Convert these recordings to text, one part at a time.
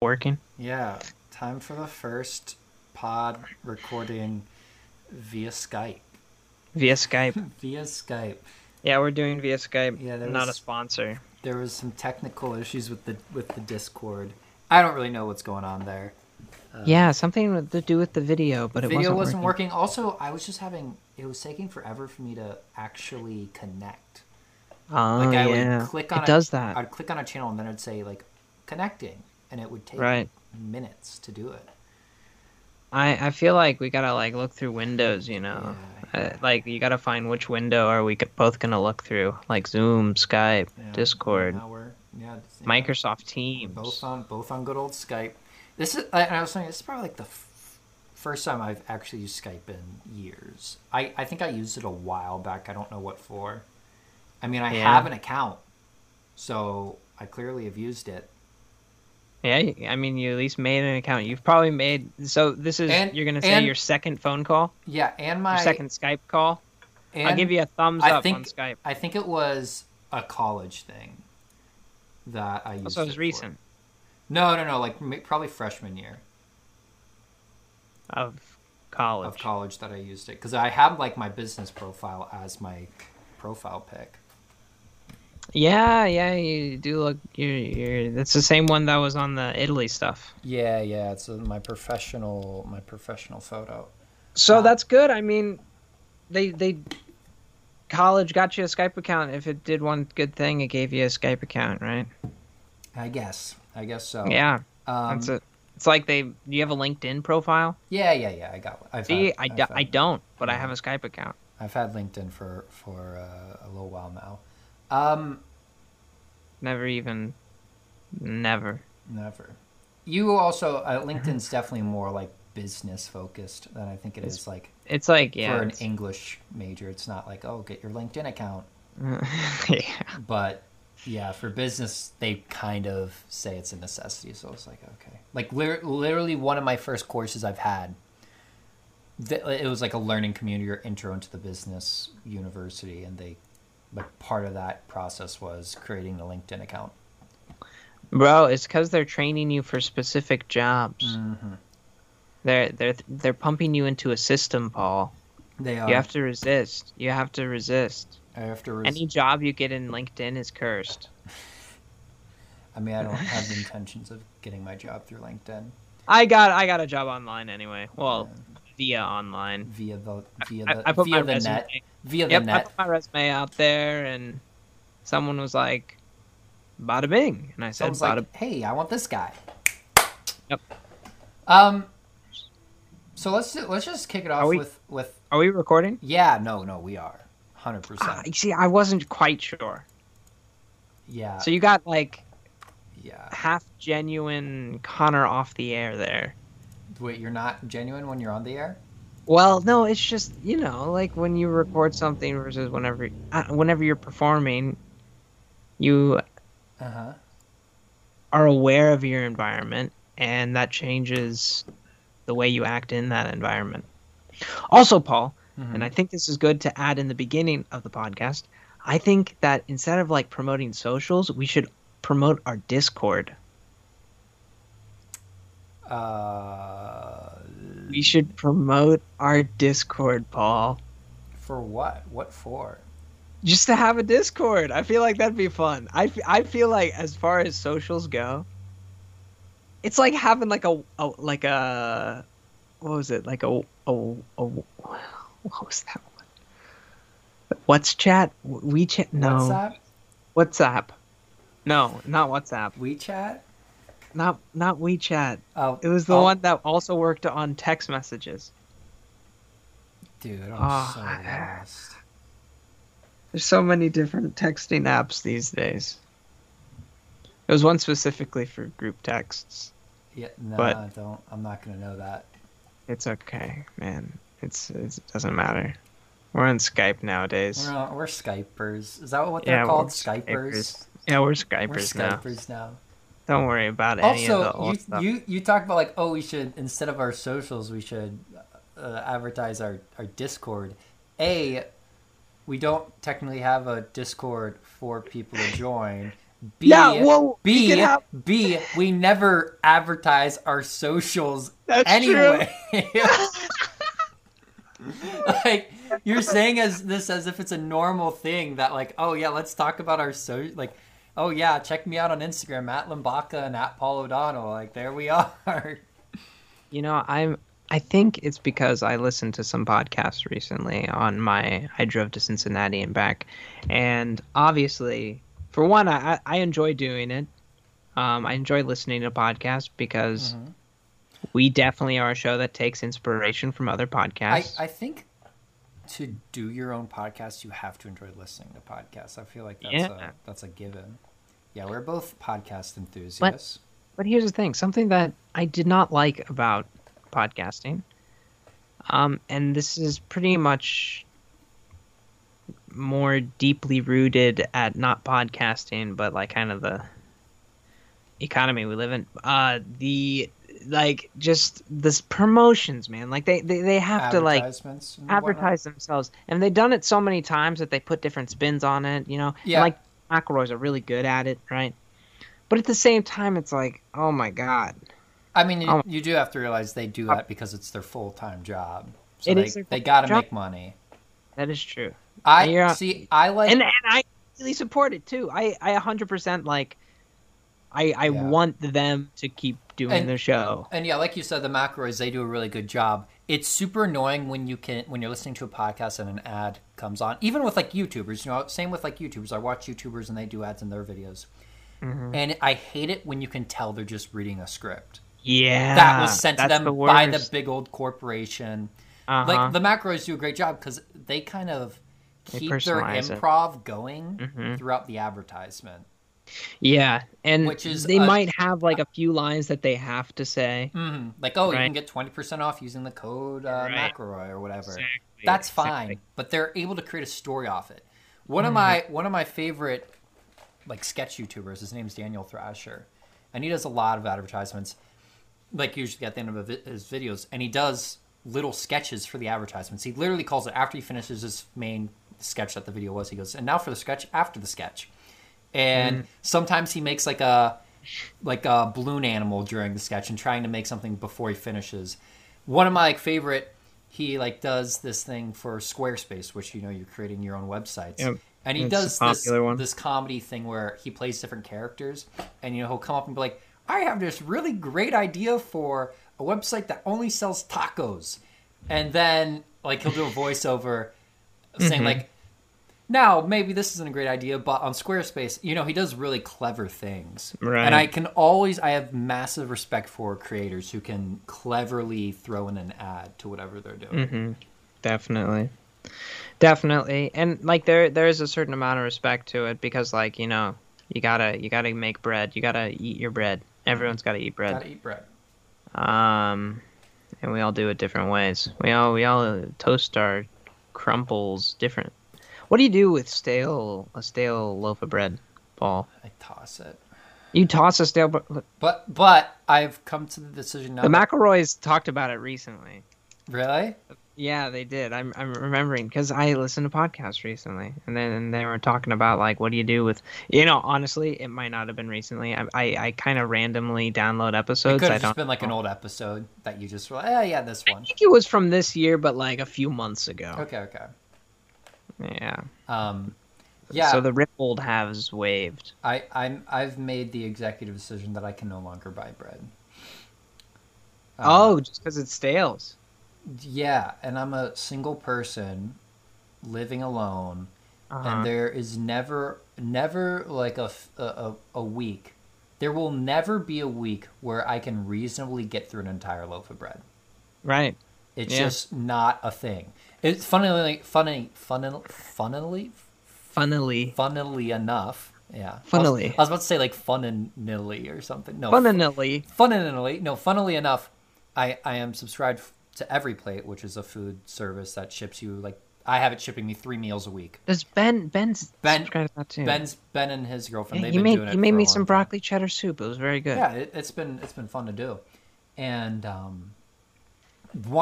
working. Yeah, time for the first pod recording via Skype. Via Skype. Via Skype. Yeah, we're doing via Skype. Hmm. Yeah, Yeah, there not a was- sponsor. There was some technical issues with the with the Discord. I don't really know what's going on there. yeah, something with- to do with the video, but it uh, Video wasn't, wasn't working. working. Also, I was just having it was taking forever for me to actually connect. Oh, Like I yeah. would click on it a- does that. I'd click on a channel and then I'd say like connecting, and it would take Right. minutes to do it. I, I feel like we gotta like look through windows, you know. Uh, like you gotta find which window are we g- both gonna look through, like Zoom, Skype, Yeah, Discord, Now we're yeah, it's- yeah. Microsoft Teams. both on both on good old Skype. This is I, I was saying this is probably like the f- first time I've actually used Skype in years. I I think I used it a while back. I don't know what for. I mean, I Yeah. have an account, so I clearly have used it. Yeah, you- I mean, you at least made an account. You've probably made so. This is And- you're gonna say and- your second phone call, Yeah, and my your second Skype call. And I'll give you a thumbs I up think on Skype. I think it was a college thing that I used. Also, it was for. recent No, no, no. Like m- probably freshman year of college. of college that I used it because I had like my business profile as my profile pic. Yeah, yeah, you do look. You're, you're. That's the same one that was on the Italy stuff. Yeah, yeah. It's uh, my professional, my professional photo. So that's good. I mean, they they college got you a Skype account. If it did one good thing, it gave you a Skype account, right? I guess. I guess so. Yeah, Um, that's it. It's like they. You have a LinkedIn profile. yeah, yeah, yeah. I got. one. I've See, had, I, I've do, I had- don't, but I have a Skype account. I've had LinkedIn for for uh, a little while now. Um, Never even. Never. never. You also uh, Mm-hmm. LinkedIn's definitely more like business focused than I think it is like It's like yeah. for an it's- English major. It's not like oh, get your LinkedIn account. yeah. But yeah, for business, they kind of say it's a necessity. So it's like, okay. Like, lir- literally, one of my first courses I've had, th- it was like a learning community or intro into the business university. And they, like, part of that process was creating the LinkedIn account. Bro, it's because they're training you for specific jobs. They're they're they're pumping you into a system, Paul. They um, are. You have to resist. You have to resist. I have to Uh. res- Any job you get in LinkedIn is cursed. I mean, I don't have the intentions of getting my job through LinkedIn I got I got a job online anyway. Well, via online. via the via I- the I put my via the resume- net via yep, the I net. put my resume out there, and someone was like, "Bada bing," and I So said, I was "Bada." like, hey, I want this guy. Yep. Um. So let's do, let's just kick it off Are we- with with Are we recording? yeah no no we are hundred Ah, percent you see, I wasn't quite sure. yeah So you got like yeah half genuine Connor off the air there. wait you're not genuine when you're on the air Well, no, it's just you know, like when you record something versus whenever uh, whenever you're performing, you uh Uh-huh. huh are aware of your environment, and that changes the way you act in that environment. Also, Paul, Mm-hmm. and I think this is good to add in the beginning of the podcast. I think that instead of like promoting socials, we should promote our Discord. uh We should promote our Discord, Paul. for what what for just to have a discord i feel like that'd be fun i, f- I feel like as far as socials go it's like having like a, a like a what was it like a, a, a what was that one what's chat wechat no WhatsApp whatsapp no not whatsapp WeChat not not wechat oh it was the oh, one that also worked on text messages dude I'm Ah. so lost There's so many different texting apps these days. There was one specifically for group texts. yeah no But- I don't I'm not gonna know that It's okay, man. It's, it's it doesn't matter. We're on Skype nowadays. we're on, we're Skypers is that what they're yeah, we're called Skypers. Skypers Yeah, we're we're Skypers now. Skypers now. Don't worry about any of the also old you, stuff. you you talk about like oh we should instead of our socials we should uh, advertise our our discord a we don't technically have a discord for people to join B, Yeah, well, we B, can have- B, we never advertise our socials That's anyway. like you're saying as this as if it's a normal thing that like, oh yeah, let's talk about our so like, oh yeah, check me out on Instagram at Limbaca and at Paul O'Donnell. Like there we are. You know, I'm. I think it's because I listened to some podcasts recently on my I drove to Cincinnati and back, and obviously, for one, I I- I enjoy doing it. Um, I enjoy listening to podcasts because Mm-hmm. we definitely are a show that takes inspiration from other I, podcasts. I think to do your own podcast, you have to enjoy listening to podcasts. I feel like that's Yeah. a that's a given. Yeah, we're both podcast enthusiasts. But here's the thing: something that I did not like about podcasting, um, and this is pretty much more deeply rooted at not podcasting, but like kind of the economy we live in. Uh, the like just this promotions, man. Like they they, they have to like Advertisements and whatnot. advertise themselves, and they've done it so many times that they put different spins on it. You know, And, Yeah. like McElroy's are really good at it, right? But at the same time, it's like, oh my god, I mean, you, Oh. you do have to realize they do that because it's their full time job. So uh, It they, is their they full-time got to job. make money. that is true. I Yeah. see. I like. And and I really support it too. I I 100% like, I I Yeah. want them to keep doing And- their show. And yeah, like you said, the macros they do a really good job. It's super annoying when you can when you're listening to a podcast and an ad comes on. Even with like YouTubers, you know, same with like YouTubers. I watch YouTubers and they do ads in their videos, and I hate it when you can tell they're just reading a script Yeah, that was sent to that's them by the worst. big old corporation. Uh-huh. Like the macros do a great job because they kind of keep their personalize it. Mm-hmm. improv going throughout the advertisement. yeah, and which is they a- might have like a few lines that they have to say. hmm Like, oh, you Right. can get twenty percent off using the code uh, Right. McElroy or whatever. Exactly, That's fine, exactly. Mm-hmm. but they're able to create a story off it. One of my one of my favorite like sketch YouTubers, his name's Daniel Thrasher, and he does a lot of advertisements. Like usually at the end of a vi- his videos, and he does little sketches for the advertisements. He literally calls it after he finishes his main sketch that the video was. He goes, and now for the sketch after the sketch, and Mm-hmm. sometimes he makes like a like a balloon animal during the sketch and trying to make something before he finishes. One of my like, favorite, he like does this thing for Squarespace, which you know you're creating your own websites, Yep. and he It's a does this popular one. this comedy thing where he plays different characters, and you know he'll come up and be like, "I have this really great idea for a website that only sells tacos," and then like he'll do a voiceover saying Mm-hmm. like now maybe this isn't a great idea but on squarespace you know he does really clever things Right. and i can always i have massive respect for creators who can cleverly throw in an ad to whatever they're doing Mm-hmm. definitely definitely and like there there is a certain amount of respect to it because like you know you gotta you gotta make bread you gotta eat your bread everyone's gotta eat bread gotta eat bread um and we all do it different ways we all we all toast our crumples different what do you do with stale a stale loaf of bread paul i toss it you toss a stale Uh, br- but but i've come to the decision now the that- mcelroys talked about it recently really Yeah, they did. I'm I'm remembering because I listened to podcasts recently, and then and they were talking about like, what do you do with you know? Honestly, it might not have been recently. I I, I kind of randomly download it episodes. could I have just don't. been like an old episode that you just were like oh yeah this one I think it was from this year, but like a few months ago. okay okay Yeah. um Uh, yeah So the rippled halves waved. I, I'm I've made the executive decision that I can no longer buy bread. Uh, Um, oh, just because it's stales. Yeah, and I'm a single person living alone, Uh-huh. and there is never, never like a, f- a- a, a week. There will never be a week where I can reasonably get through an entire loaf of bread. Right. It's Yeah. just not a thing. It's funnily, funny, funnily, funnily, Funnily. funnily enough. Yeah, I Funnily. was, I was about to say like funnily or something. No, Funnily. funnily no funnily enough i i am subscribed f- to every plate which is a food service that ships you like i have it shipping me three meals a week Does Ben Ben's Ben- subscribed to that too? ben's ben and his girlfriend Yeah, he they've been made doing it he made for a me long some time. broccoli cheddar soup. It was very good. yeah it, it's been it's been fun to do and um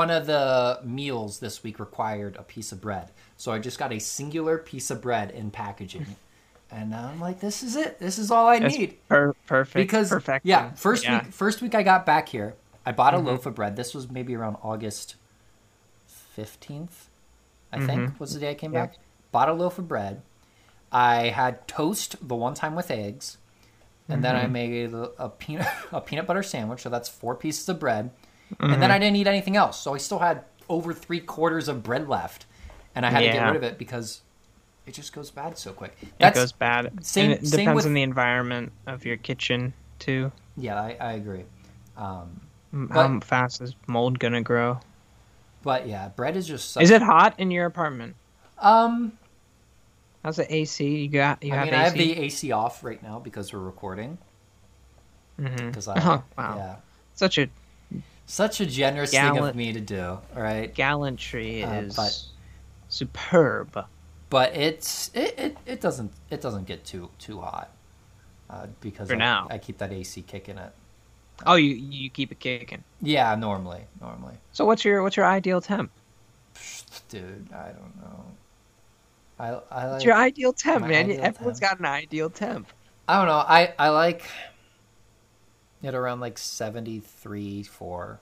one of the meals this week required a piece of bread so i just got a singular piece of bread in packaging and I'm like, this is it. This is all I That's need. per- perfect. Because perfect. Mm-hmm. yeah, first week first week I got back here, I bought a loaf of bread. This was maybe around August fifteenth, I think was the day I came Mm-hmm. Yeah. back. Bought a loaf of bread. I had toast the one time with eggs, and then Mm-hmm. I made a, a peanut a peanut butter sandwich. So that's four pieces of bread, and Mm-hmm. then I didn't eat anything else. So I still had over three quarters of bread left, and I had to get Yeah. rid of it because it just goes bad so quick. it That's goes bad. same- and it same depends with- on the environment of your kitchen too. yeah, I, I agree. Um, M- But- How fast is mold gonna grow? but yeah, bread is just such Is it hot in your apartment? um. How's the AC? You got? You I have mean, AC? I have the AC off right now because we're recording. Because I, Oh, wow. yeah, Such a such a generous thing of Gallant. me to do. All right, gallantry Uh, is but- superb. but it's it, it, it doesn't it doesn't get too too hot uh, because For I, now. I keep that AC kicking it. Oh, you you keep it kicking. Yeah, normally, normally, So what's your what's your ideal temp? dude. I don't know. I I like What's your ideal temp, Uh, my man? ideal Everyone's got an ideal temp. I don't know. I I like it around like seventy three four.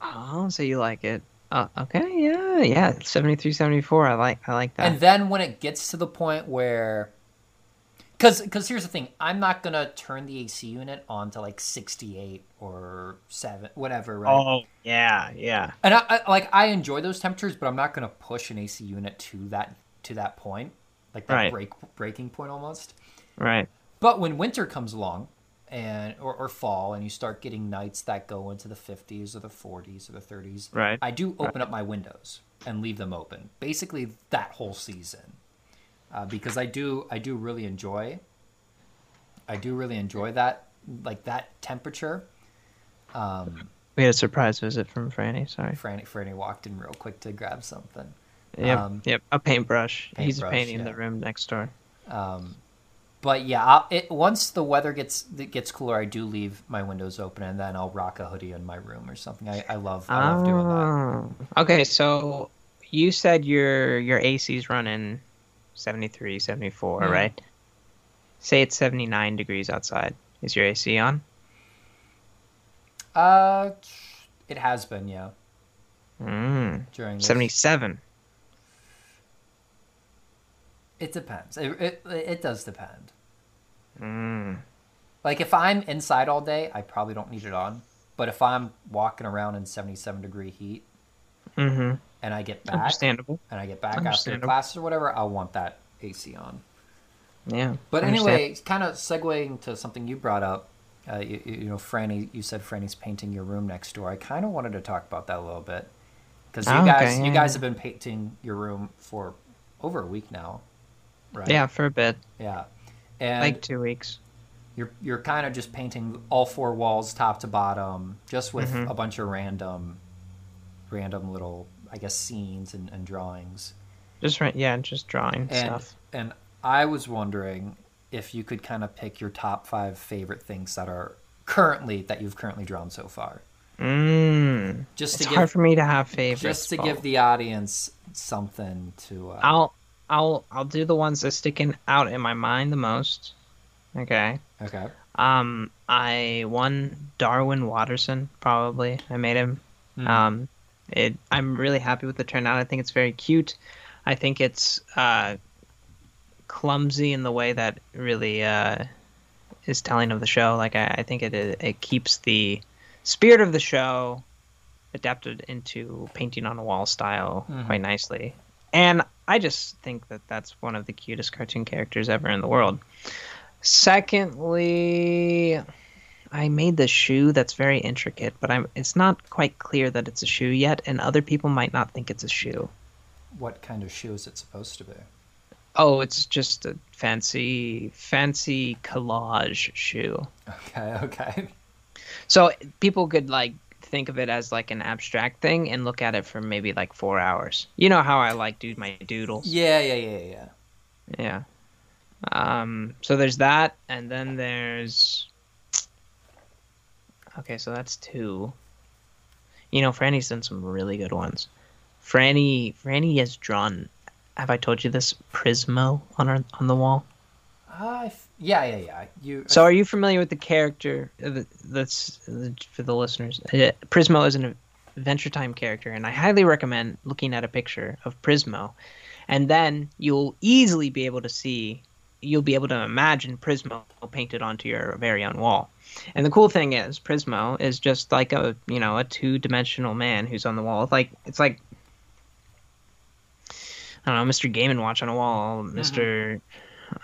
Oh, so you like it? Uh, okay, yeah, yeah. 73, 74, I like I like that. and then when it gets to the point where because because here's the thing i'm not gonna turn the ac unit on to like 68 or 7 whatever right Oh. yeah, yeah. and I, I like i enjoy those temperatures but i'm not gonna push an ac unit to that to that point like that Right. break breaking point almost Right. but when winter comes along and or, or fall and you start getting nights that go into the 50s or the 40s or the 30s Right. i do open up my windows and leave them open basically that whole season uh, because i do i do really enjoy i do really enjoy that like that temperature um We had a surprise visit from Franny. Sorry. franny franny walked in real quick to grab something Yep. Um, yep. A paintbrush. He's paintbrush, painting yeah. the room next door. Um, but yeah, I'll, it, once the weather gets it gets cooler, I do leave my windows open, and then I'll rock a hoodie in my room or something. I, I love I love doing that. Oh. Okay, so you said your your AC's running 73, 74, Mhm. right? Say it's 79 degrees outside. Is your AC on? Uh, it has been yeah Mm. during this. 77. It depends. It, it it does depend. Mm. Like if I'm inside all day, I probably don't need it on. But if I'm walking around in 77 degree heat Mm-hmm. and I get back Understandable. and I get back after Understandable. classes or whatever, I want that AC on. Yeah. But understand- anyway, kind of segueing to something you brought up, uh, you, you know, Franny, you said Franny's painting your room next door. I kind of wanted to talk about that a little bit because you Oh, okay, guys, yeah, you guys have been painting your room for over a week now, right? Yeah, for a bit. yeah, and Like two weeks. you're you're kind of just painting all four walls, top to bottom, just with a bunch of random, random little, I guess, scenes and, and drawings. Just right. Yeah, just drawing And stuff. and I was wondering if you could kind of pick your top five favorite things that are currently that you've currently drawn so far, Mm. just Hmm. It's to hard give for me to have favorites. just to Paul. give the audience something to. Uh, I'll I'll I'll do the ones that sticking out in my mind the most. Okay. okay. Um I one Darwin Watterson probably. I made him. Mhm. Um it I'm really happy with the turnout. I think it's very cute. I think it's uh clumsy in the way that really uh is telling of the show. Like I, I think it it keeps the spirit of the show adapted into painting on a wall style Mhm. quite nicely. And I just think that that's one of the cutest cartoon characters ever in the world. Secondly, I made the shoe that's very intricate, but I'm it's not quite clear that it's a shoe yet, and other people might not think it's a shoe. What kind of shoe is it supposed to be? Oh, it's just a fancy fancy collage shoe. Okay. Okay. So people could like think of it as like an abstract thing and look at it for maybe like four hours. You know how I like do my doodles. Yeah. Yeah. Yeah. Yeah. Yeah. Um, so there's that, and then there's. Okay, so that's two. You know, Franny's done some really good ones. Franny, Franny has drawn. Have I told you this Prismo on her on the wall? I f- Uh, yeah, yeah, yeah. You So, are you familiar with the character uh, the- that's uh, for the listeners? Uh, Prismo is an Adventure Time character, and I highly recommend looking at a picture of Prismo, and then you'll easily be able to see, you'll be able to imagine Prismo painted onto your very own wall. And the cool thing is, Prismo is just like a you know a two-dimensional man who's on the wall. It's like it's like I don't know, Mr. Game and Watch on a wall, mister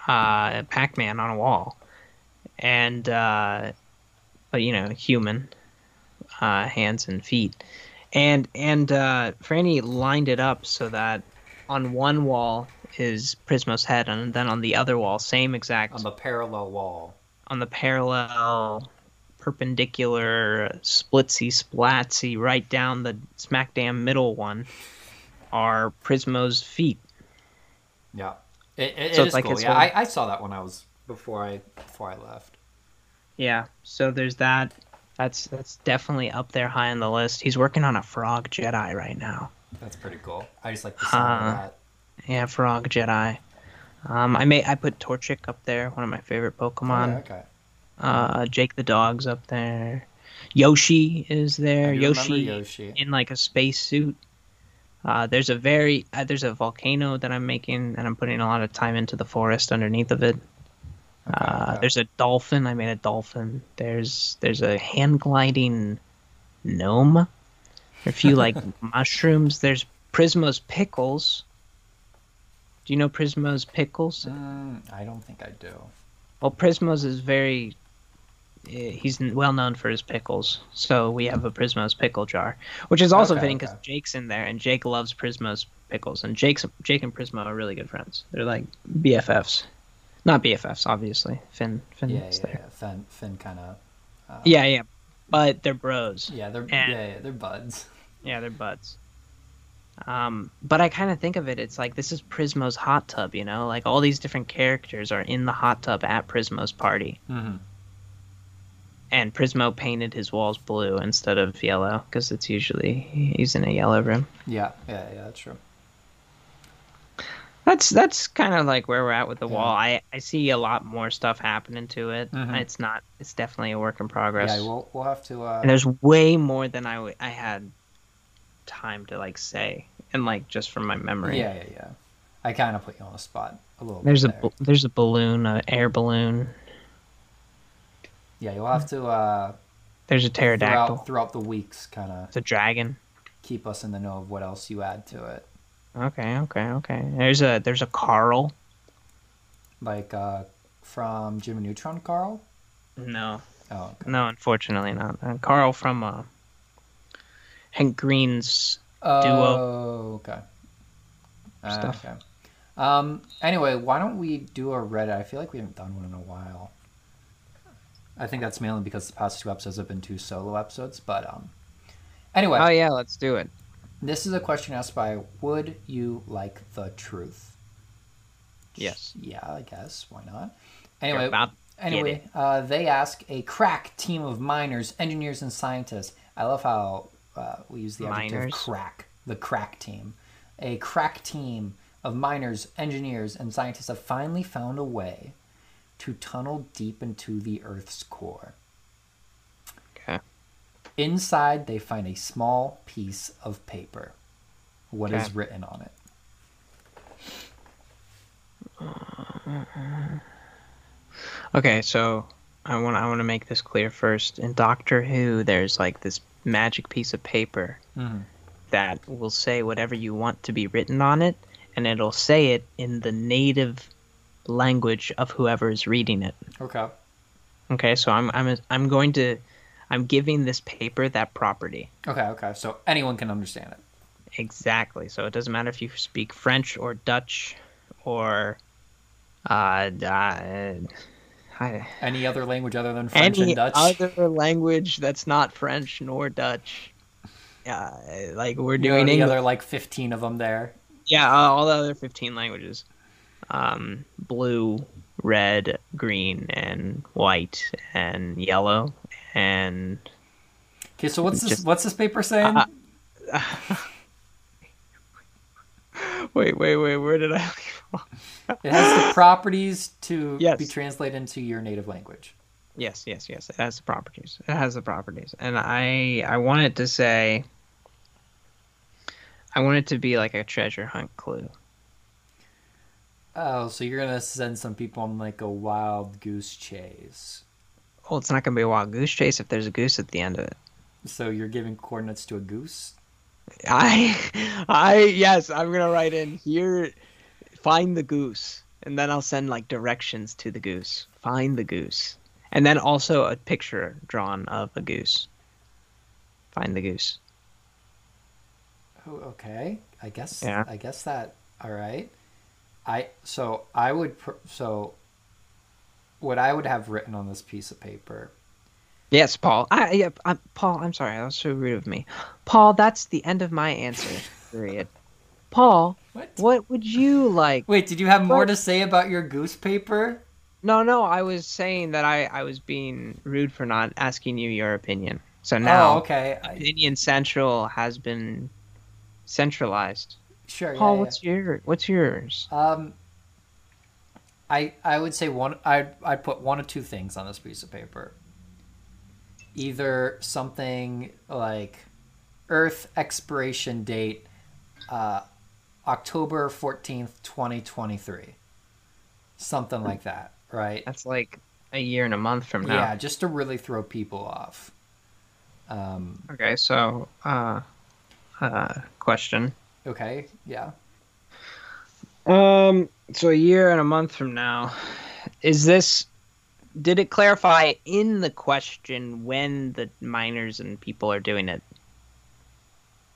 uh, Pac-Man on a wall, and uh, but you know, human uh, hands and feet, and and uh, Franny lined it up so that on one wall is Prismo's head, and then on the other wall, same exact on the parallel wall. on the parallel perpendicular splitsy splatsy right down the smack dam middle one are prismo's feet Yeah, it, it, So it it's is like cool. his Yeah, whole- I, I saw that when I was before I before I left. yeah so there's that that's that's definitely up there high on the list he's working on a frog jedi right now That's pretty cool. I just like the sound of Huh. that. yeah frog jedi um, I may I put Torchic up there, one of my favorite Pokemon. Yeah, okay. Uh, Jake the dog's up there. Yoshi is there. I do Yoshi, remember Yoshi. in like a spacesuit. Uh, there's a very uh, there's a volcano that I'm making, and I'm putting a lot of time into the forest underneath of it. Uh, okay. There's a dolphin. I made a dolphin. There's there's a hand gliding gnome. There are A few like mushrooms. There's Prismo's pickles. Do you know Prismo's pickles? Mm, I don't think I do. Well, Prismos is very. eh, He's n- well known for his pickles, so we have a Prismos pickle jar, which is also Okay, fitting 'cause fitting okay. because Jake's in there, and Jake loves Prismos pickles, and Jake's Jake and Prismo are really good friends. They're like BFFs, not BFFs, obviously. Finn, Finn Yeah, is yeah, there. yeah. Finn, Finn kind of. Yeah. yeah, but they're bros. Yeah, they're yeah. And- yeah, they're buds. Yeah, they're buds. Um, but I kind of think of it, it's like this is Prismo's hot tub, you know? Like all these different characters are in the hot tub at Prismo's party. Mm-hmm. and Prismo painted his walls blue instead of yellow because it's usually he's in a yellow room. Yeah, yeah, yeah. That's true. That's that's kind of like where we're at with the Yeah. wall. I I see a lot more stuff happening to it. Mhm. It's not. It's definitely a work in progress. Yeah, we'll we'll have to. Uh, and there's way more than I w- I had time to like say and like just from my memory. Yeah, yeah, yeah. I kind of put you on the spot a little. There's a bit there. bal- there's a balloon, an air balloon. Yeah, you'll have to uh, There's a pterodactyl. throughout throughout the weeks kind of It's a dragon. keep us in the know of what else you add to it. Okay, okay, okay. There's a there's a Carl. Like uh, from Jimmy Neutron, Carl. No, Oh, okay. No, unfortunately not. Uh, Carl from uh, Hank Green's. Oh, okay. Ah, Stuff. okay. Um. Anyway, why don't we do a Reddit? I feel like we haven't done one in a while. I think that's mainly because the past two episodes have been two solo episodes, but um. Anyway, Oh yeah, let's do it. This is a question asked by Would you like the truth? Yes. Yeah, I guess. Why not? You're Anyway, about to get anyway, it. uh, they ask a crack team of miners, engineers, and scientists. I love how uh, we use the adjective Miners. crack. The crack team, a crack team of miners, engineers, and scientists have finally found a way to tunnel deep into the Earth's core. Okay. Inside, they find a small piece of paper. What is Okay. written on it? Okay, so I want I want to make this clear first. In Doctor Who, there's like this magic piece of paper Mhm. that will say whatever you want to be written on it, and it'll say it in the native language of whoever is reading it. Okay. Okay, so I'm I'm I'm going to I'm giving this paper that property. Okay. Okay. So anyone can understand it. Exactly. So it doesn't matter if you speak French or Dutch or uh, d- uh, I- Any other language other than French any and Dutch? other language that's not French nor Dutch. Uh, like we're You know, doing the English. other like fifteen of them there. Yeah, uh, all the other 15 languages. Um, blue, red, green, and white, and yellow, and Okay. So what's this? Just- what's this paper saying? Uh, Wait, wait, wait. Where did I? It has the properties to Yes. be translated into your native language. yes, yes, yes. It has the properties. It has the properties, and I I want it to say. I want it to be like a treasure hunt clue. Oh, so you're gonna send some people on like a wild goose chase. Well, it's not going to be a wild goose chase if there's a goose at the end of it. So you're giving coordinates to a goose. I, I yes, I'm gonna write in here. Find the goose, and then I'll send like directions to the goose. Find the goose, and then also a picture drawn of a goose. Find the goose. Oh, okay. I guess. Yeah. I guess that. All right. I so I would pr- so. What I would have written on this piece of paper Yes, Paul. I yeah, i Paul. I'm sorry. That was so rude of me. Paul, that's the end of my answer. Period. Paul, What? what would you like? Wait, did you have more to say about your goose paper? No, no. I was saying that I I was being rude for not asking you your opinion. So now. Oh, okay. I, Opinion Central has been centralized. sure. Paul, yeah, yeah. what's your what's yours? Um, I I would say one. I I put one or two things on this piece of paper. Either something like Earth expiration date, uh, October fourteenth, twenty twenty three, something like that, right? That's like a year and a month from now. Yeah, just to really throw people off. Um, Okay, so uh uh question. okay, yeah. Um so a year and a month from now is this did it clarify in the question when the miners and people are doing it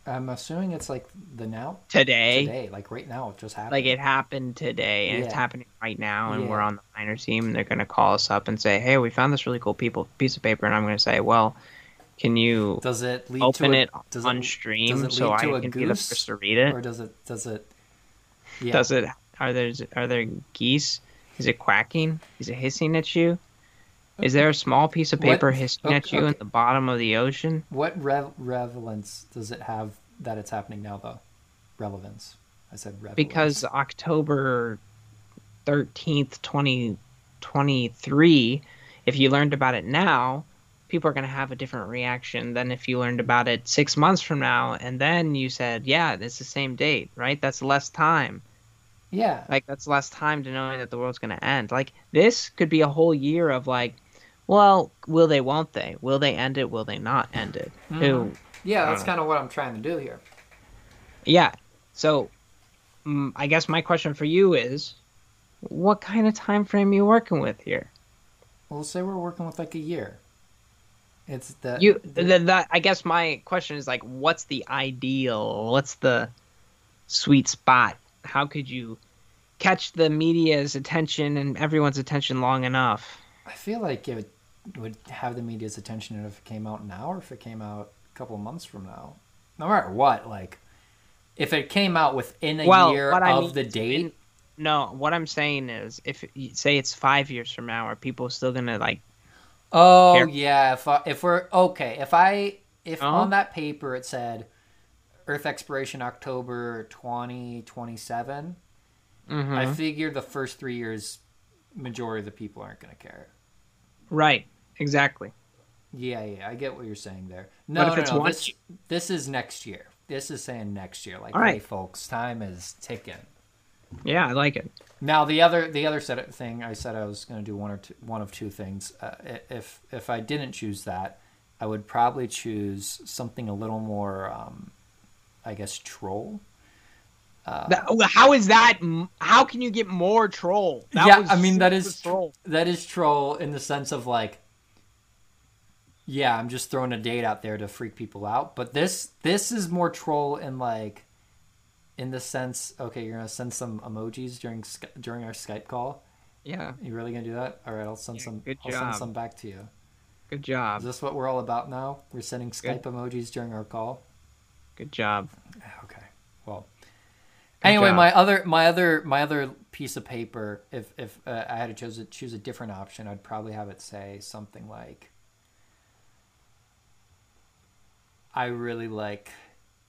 I'm assuming it's like the now today? today, like right now, it just happened. Like it happened today and it's Yeah. happening right now and Yeah. we're on the miner team and they're going to call us up and say, "Hey, we found this really cool people piece of paper." And I'm going to say, "Well, can you does it lead open to a, it does on does stream it so lead I to a can be the goose? first to read it? or does it does it yeah Does it are there are there geese? Is it quacking? Is it hissing at you? Is there a small piece of What- paper hissing at okay, you in okay. the bottom of the ocean? what rev- relevance does it have that it's happening now though relevance i said relevance Because October 13th, 2023, if you learned about it now, people are going to have a different reaction than if you learned about it six months from now and then you said, yeah, it's the same date, right? That's less time. yeah Like, that's less time to knowing that the world's going to end. Like, this could be a whole year of, like, well, will they, won't they? Will they end it? Will they not end it? Who, yeah that's kind of what i'm trying to do here Yeah. So, mm, I guess my question for you is, what kind of time frame you working with here? well say we're working with like a year it's the You, the- th- that I guess my question is like, what's the ideal? What's the sweet spot? How could you catch the media's attention and everyone's attention long enough? i feel like it would, would have the media's attention if it came out now or if it came out a couple months from now no matter what like if it came out within a Well, year what I of mean the is date in- No, what I'm saying is, if you say it's five years from now, are people still gonna like? Oh Here. yeah, if I, if we're okay, if I if Uh-huh. on that paper it said Earth expiration October twenty twenty seven, Mhm. I figure the first three years, majority of the people aren't going to care. Right. Exactly. Yeah, yeah, I get what you're saying there. No, But if no, it's no, one- this this is next year. This is saying next year. Like, All hey, right. folks, time is ticking. Yeah, I like it. Now the other the other set of thing I said I was going to do one or two, one of two things. Uh, i- if if I didn't choose that, I would probably choose something a little more, um, I guess, troll. Uh, That- how is that? m- How can you get more troll? That yeah, was I mean that super is that is troll in the sense of like, yeah, I'm just throwing a date out there to freak people out. But this this is more troll in like, in the sense, okay, you're gonna send some emojis during Sky- during our Skype call. Yeah, You really gonna do that? All right, I'll send Yeah, some. good I'll send job. some back to you. good Is job. this what we're all about now? We're sending Skype emojis during our call. Good job. Ah, Okay. Well. Good anyway, job. my other my other my other piece of paper, if if uh, I had to choose a, choose a different option, I'd probably have it say something like, "I really like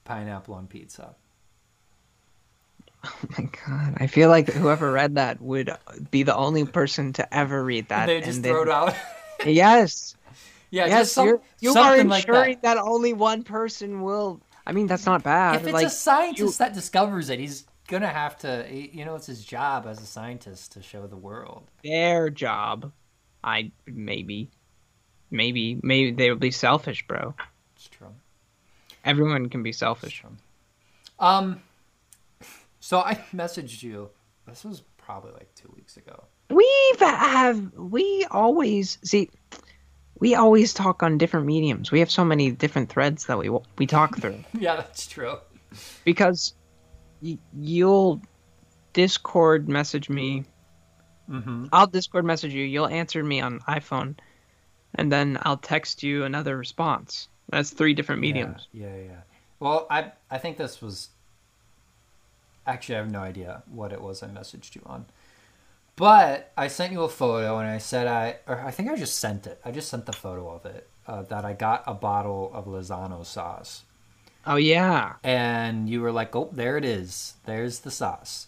pineapple on pizza." Oh my god! I feel like whoever read that would be the only person to ever read that. they just throw it out. out. Yes, yeah, yes. just some, you're, you are something like ensuring that. that. only one person will. I mean, that's not bad. If it's like, a scientist that discovers it, he's gonna have to. he- You know, it's his job as a scientist to show the world. their job. I maybe, maybe, maybe they would be selfish, bro. It's true. Everyone can be It's selfish. true. Um, so I messaged you. This was probably like two weeks ago. We've have we always see. We always talk on different mediums. We have so many different threads that we we talk through Yeah, that's true. because y- you'll Discord message me. Mm-hmm. I'll Discord message you. You'll answer me on iPhone, and then I'll text you another response. That's three different mediums. Yeah, yeah, yeah. Well, I I think this was actually I have no idea what it was I messaged you on. But I sent you a photo and I said I or I think I just sent it. I just sent the photo of it uh, that I got a bottle of Lozano sauce Oh yeah. and you were like, "Oh, there it is. There's the sauce."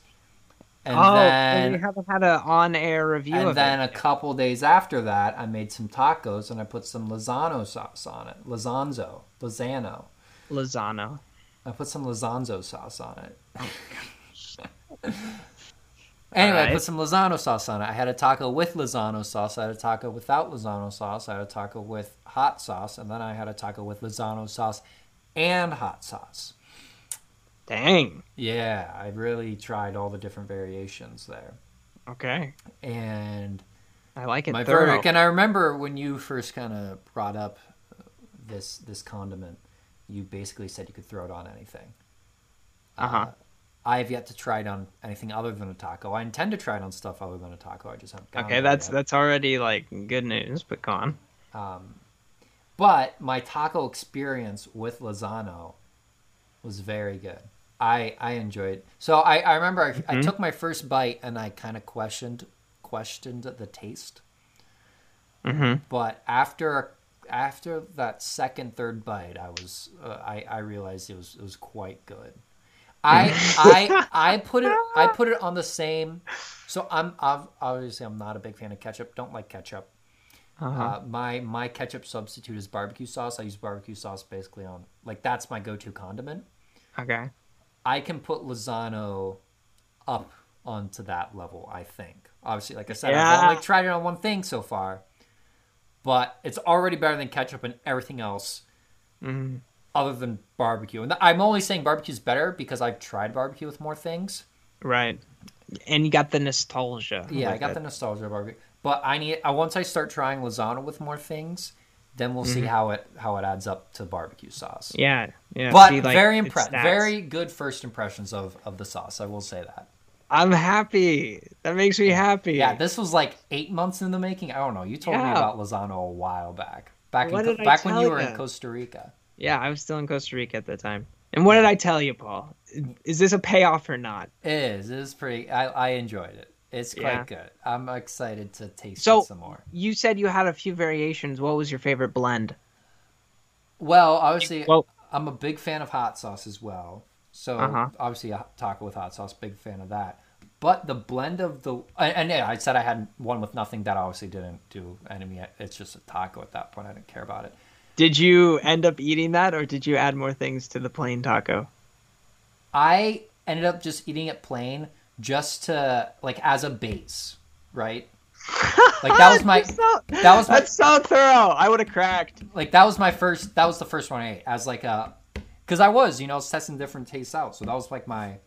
And oh, then and we haven't had an on-air review and of then it. a couple days after that, I made some tacos and I put some Lozano sauce on it. Lozanzo, Lozano. Lozano. I put some Lozanzo sauce on it. anyway, I put Alright. some Lozano sauce on it. I had a taco with Lozano sauce. I had a taco without Lozano sauce. I had a taco with hot sauce. And then I had a taco with Lozano sauce and hot sauce. Dang. Yeah, I really tried all the different variations there. Okay. And I like it. my thorough. verdict. And I remember when you first kind of brought up uh, this this condiment, you basically said you could throw it on anything. Uh-huh. I have yet to try it on anything other than a taco. I intend to try it on stuff other than a taco. I just haven't. gotten Okay, there that's yet. that's already like good news, but go on. Um, but my taco experience with Lozano was very good. I, I enjoyed. So I, I remember I, Mm-hmm. I took my first bite and I kind of questioned questioned the taste. Mhm. But after after that second third bite, I was uh, I I realized it was it was quite good. I I I put it I put it on the same. So I'm I've, obviously I'm not a big fan of ketchup. Don't like ketchup. Uh-huh. Uh, my my ketchup substitute is barbecue sauce. I use barbecue sauce basically on like that's my go-to condiment. okay. I can put Lozano up onto that level. I think. Obviously, like I said, I've Yeah. only tried it on one thing so far, but it's already better than ketchup and everything else Mm. other than barbecue. And I'm only saying barbecue's better because I've tried barbecue with more things. Right. And you got the nostalgia. Yeah, I with got it. the nostalgia of barbecue, but I need. I once I start trying lasagna with more things, then we'll see how it how it adds up to barbecue sauce. Mm-hmm. Yeah, yeah. but see, like, very it's impressed, stats. very good first impressions of of the sauce. I will say that. I'm happy. That makes me happy. Yeah, this was like eight months in the making. I don't know. You told me Yeah. about lasagna a while back, back in, What Co- did I back when you tell were in ya? Costa Rica. yeah. I was still in Costa Rica at the time. And what did I tell you, Paul? Is this a payoff or not? It is. It is pretty. I I enjoyed it. It's quite Yeah. good. I'm excited to taste So- it some more. You said you had a few variations. What was your favorite blend? Well, obviously, Well, I'm a big fan of hot sauce as well. So Uh-huh. obviously a taco with hot sauce, big fan of that. But the blend of the and, and yeah, I said I had one with nothing that obviously didn't do enemy. It's just a taco at that point. I didn't care about it. did you end up eating that, or did you add more things to the plain taco? I ended up just eating it plain, just to like as a base, right? Like that was my You're so- that was my That's so thorough. I would have cracked. like that was my first that was the first one I ate as like a because I was you know I was testing different tastes out so that was like my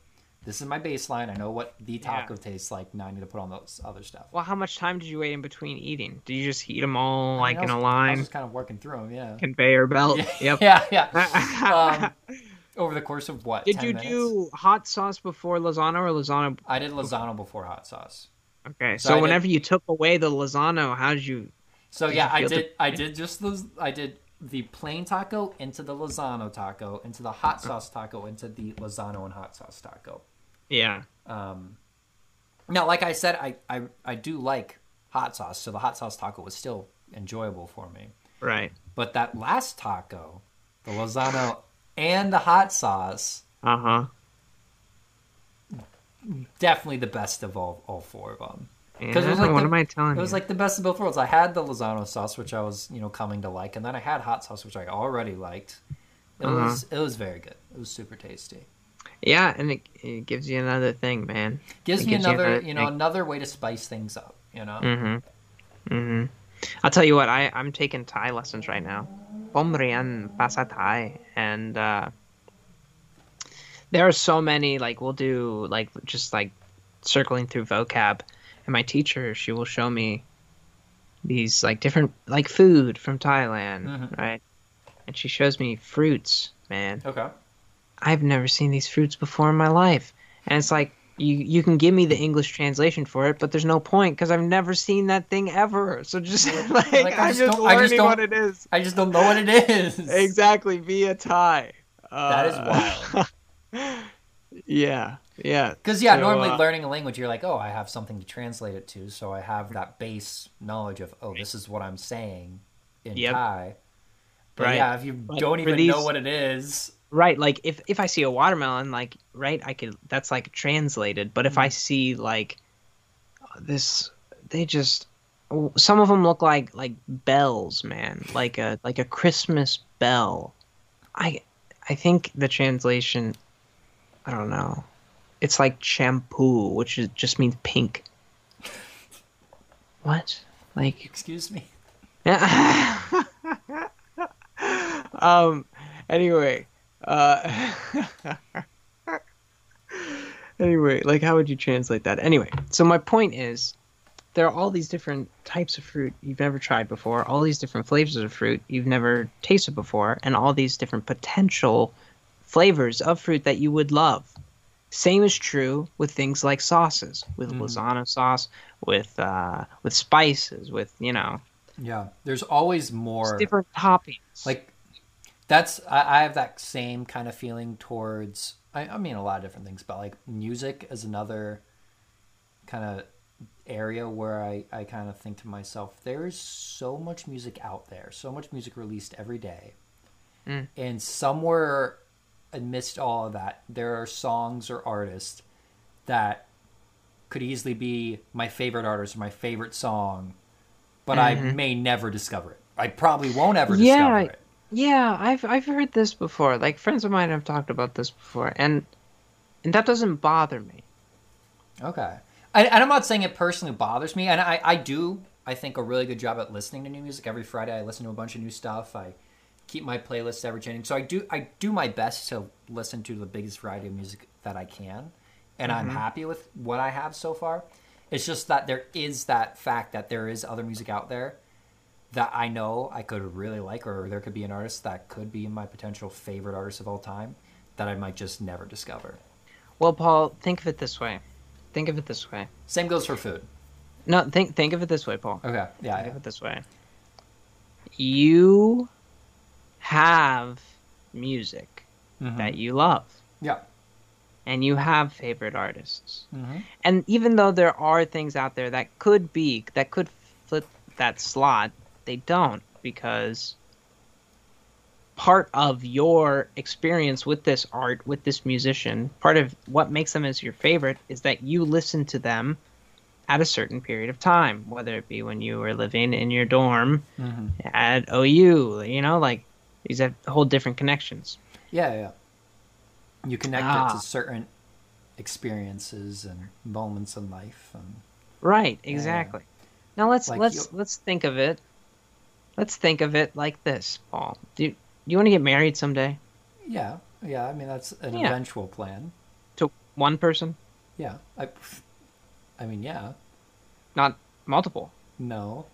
this is my baseline I know what the taco tastes like now I need to put on those other stuff Well, how much time did you wait in between eating? Did you just eat them all like I in mean, a I was- I was line, just kind of working through them yeah conveyor belt? Yep. yeah yeah um, over the course of what Did 10 you minutes? do hot sauce before lasagna or lasagna? I did lasagna before hot sauce Okay, So so, I did- whenever you took away the lasagna, how did you? so Did yeah you I feel did I did just las- I did the plain taco into the lasagna taco into the hot sauce taco into the lasagna and hot sauce taco Yeah. Um, now, like I said, I, I I do like hot sauce, so the hot sauce taco was still enjoyable for me. Right. But that last taco, the Uh-huh. lasagna and the hot sauce, Uh huh. definitely the best of all all four of them. Yeah, it was like what the- am I telling It was you? like the best of both worlds. I had the Lozano sauce, which I was you know coming to like, and then I had hot sauce, which I already liked. It Uh-huh. was it was very good. It was super tasty. yeah, and it, it gives you another thing, man. Gives It me gives you another another you know thing. another way to spice things up. You know. Mm-hmm. Mm-hmm. I'll tell you what, I, I'm taking Thai lessons right now. Pomrian Pasa Thai. And uh, there are so many, like, we'll do, like, just like circling through vocab. And my teacher, she will show me these, like, different, like, food from Thailand, Mhm. right? And she shows me fruits, man. Okay. I've never seen these fruits before in my life. And it's like, you, you can give me the English translation for it, but there's no point because I've never seen that thing ever. So just like, Like, I'm I just just, don't- I learning just don't- what it is. I just don't know what it is. Exactly, via Thai. Uh, That is wild. yeah, yeah. Because yeah, So, normally uh, learning a language, you're like, oh, I have something to translate it to, so I have that base knowledge of, oh, this is what I'm saying in Yep. Thai. But Right. yeah, if you But don't for even know these- what it is, Right, like if if I see a watermelon, like right, I could that's like translated. But if I see like this, they just some of them look like like bells, man, like a like a Christmas bell. I I think the translation, I don't know, it's like shampoo, which is, just means pink. What? Like excuse me. um anyway uh anyway like how would you translate that anyway so my point is there are all these different types of fruit you've never tried before all these different flavors of fruit you've never tasted before and all these different potential flavors of fruit that you would love same is true with things like sauces with lasagna sauce with uh with spices with you know Yeah, there's always more. it's different toppings. Like that's I, I have that same kind of feeling towards. I, I mean, a lot of different things, but like music is another kind of area where I, I kind of think to myself, there's so much music out there, so much music released every day. Mm. And somewhere amidst all of that, there are songs or artists that could easily be my favorite artist or my favorite song, but I may never discover it. I probably won't ever Yeah, discover it. yeah, I've I've heard this before. Like friends of mine have talked about this before, and and that doesn't bother me. Okay. I, and I'm not saying it personally bothers me. And I, I do, I think, a really good job at listening to new music. Every Friday, I listen to a bunch of new stuff. I keep my playlist ever changing. So I do, I do my best to listen to the biggest variety of music that I can. And I'm happy with what I have so far. It's just that there is that fact that there is other music out there that I know I could really like, or there could be an artist that could be my potential favorite artist of all time that I might just never discover. Well, Paul, think of it this way. Think of it this way. Same goes for food. No, think think of it this way, Paul. Okay. Yeah. Think yeah. of it this way. You have music Mhm. that you love, Yeah. and you have favorite artists. Mm-hmm. and even though there are things out there that could be that could flip that slot they don't because part of your experience with this art with this musician part of what makes them as your favorite is that you listen to them at a certain period of time whether it be when you were living in your dorm Mm-hmm. at OU you know like these have whole different connections Yeah, yeah. You connect it Ah. to certain experiences and moments in life. And Right, exactly. Now let's Like let's you- let's think of it. Let's think of it like this, Paul. Do you, you want to get married someday yeah, yeah. I mean, that's an Yeah. eventual plan. to one person, Yeah. I, I mean, yeah. not multiple? No.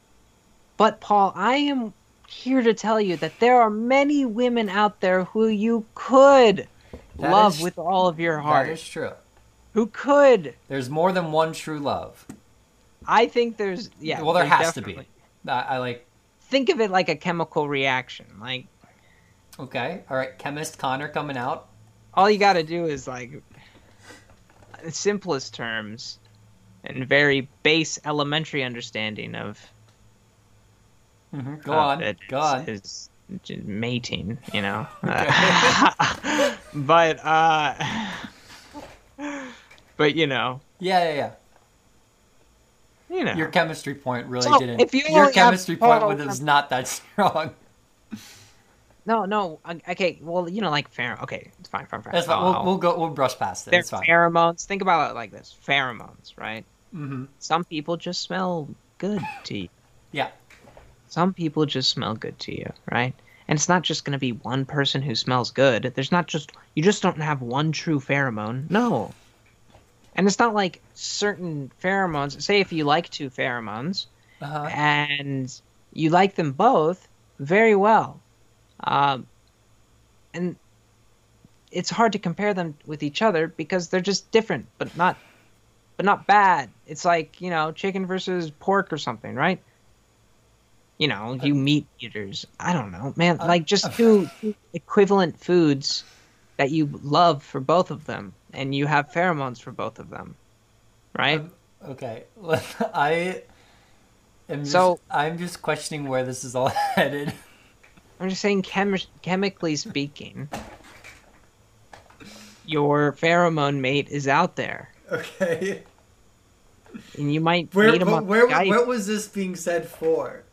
But Paul, I am here to tell you that there are many women out there who you could That love is- with all of your heart. That is true. Who could? There's more than one true love. I think there's yeah. well, there has to definitely- be. I, I like. Think of it like a chemical reaction. Like Okay. All right. Chemist Connor coming out. all you got to do is like in simplest terms and very base elementary understanding of Mm-hmm. Go of on. it Go is- on. is j- mating you know but uh but you know, Yeah, yeah, yeah. you know. Your chemistry point really So, didn't. if you your only have chemistry point total- was, was not that strong. No, no. o- Okay, well, you know, like pher- Okay, it's fine, fine, fine. That's fine. I'll- We'll, I'll- we'll go. We'll brush past it. Oh. they're It's fine. pheromones. Think about it like this: pheromones, right? hmm Some people just smell good to you. Yeah. Some people just smell good to you, right? And it's not just going to be one person who smells good. There's not just you just don't have one true pheromone. No. And it's not like certain pheromones. Say if you like two pheromones, Uh-huh. and you like them both very well. Um, and it's hard to compare them with each other because they're just different, but not, but not bad. It's like you know, chicken versus pork or something, right? You know, you meat eaters. I don't know, man. Uh, Like uh, just two two equivalent foods that you love for both of them, and you have pheromones for both of them, right? Okay. I am just, So- I'm just questioning where this is all headed. I'm just saying, chemi- chemically speaking, your pheromone mate is out there, Okay. and you might Where meet him but on where Skype. where was this being said for?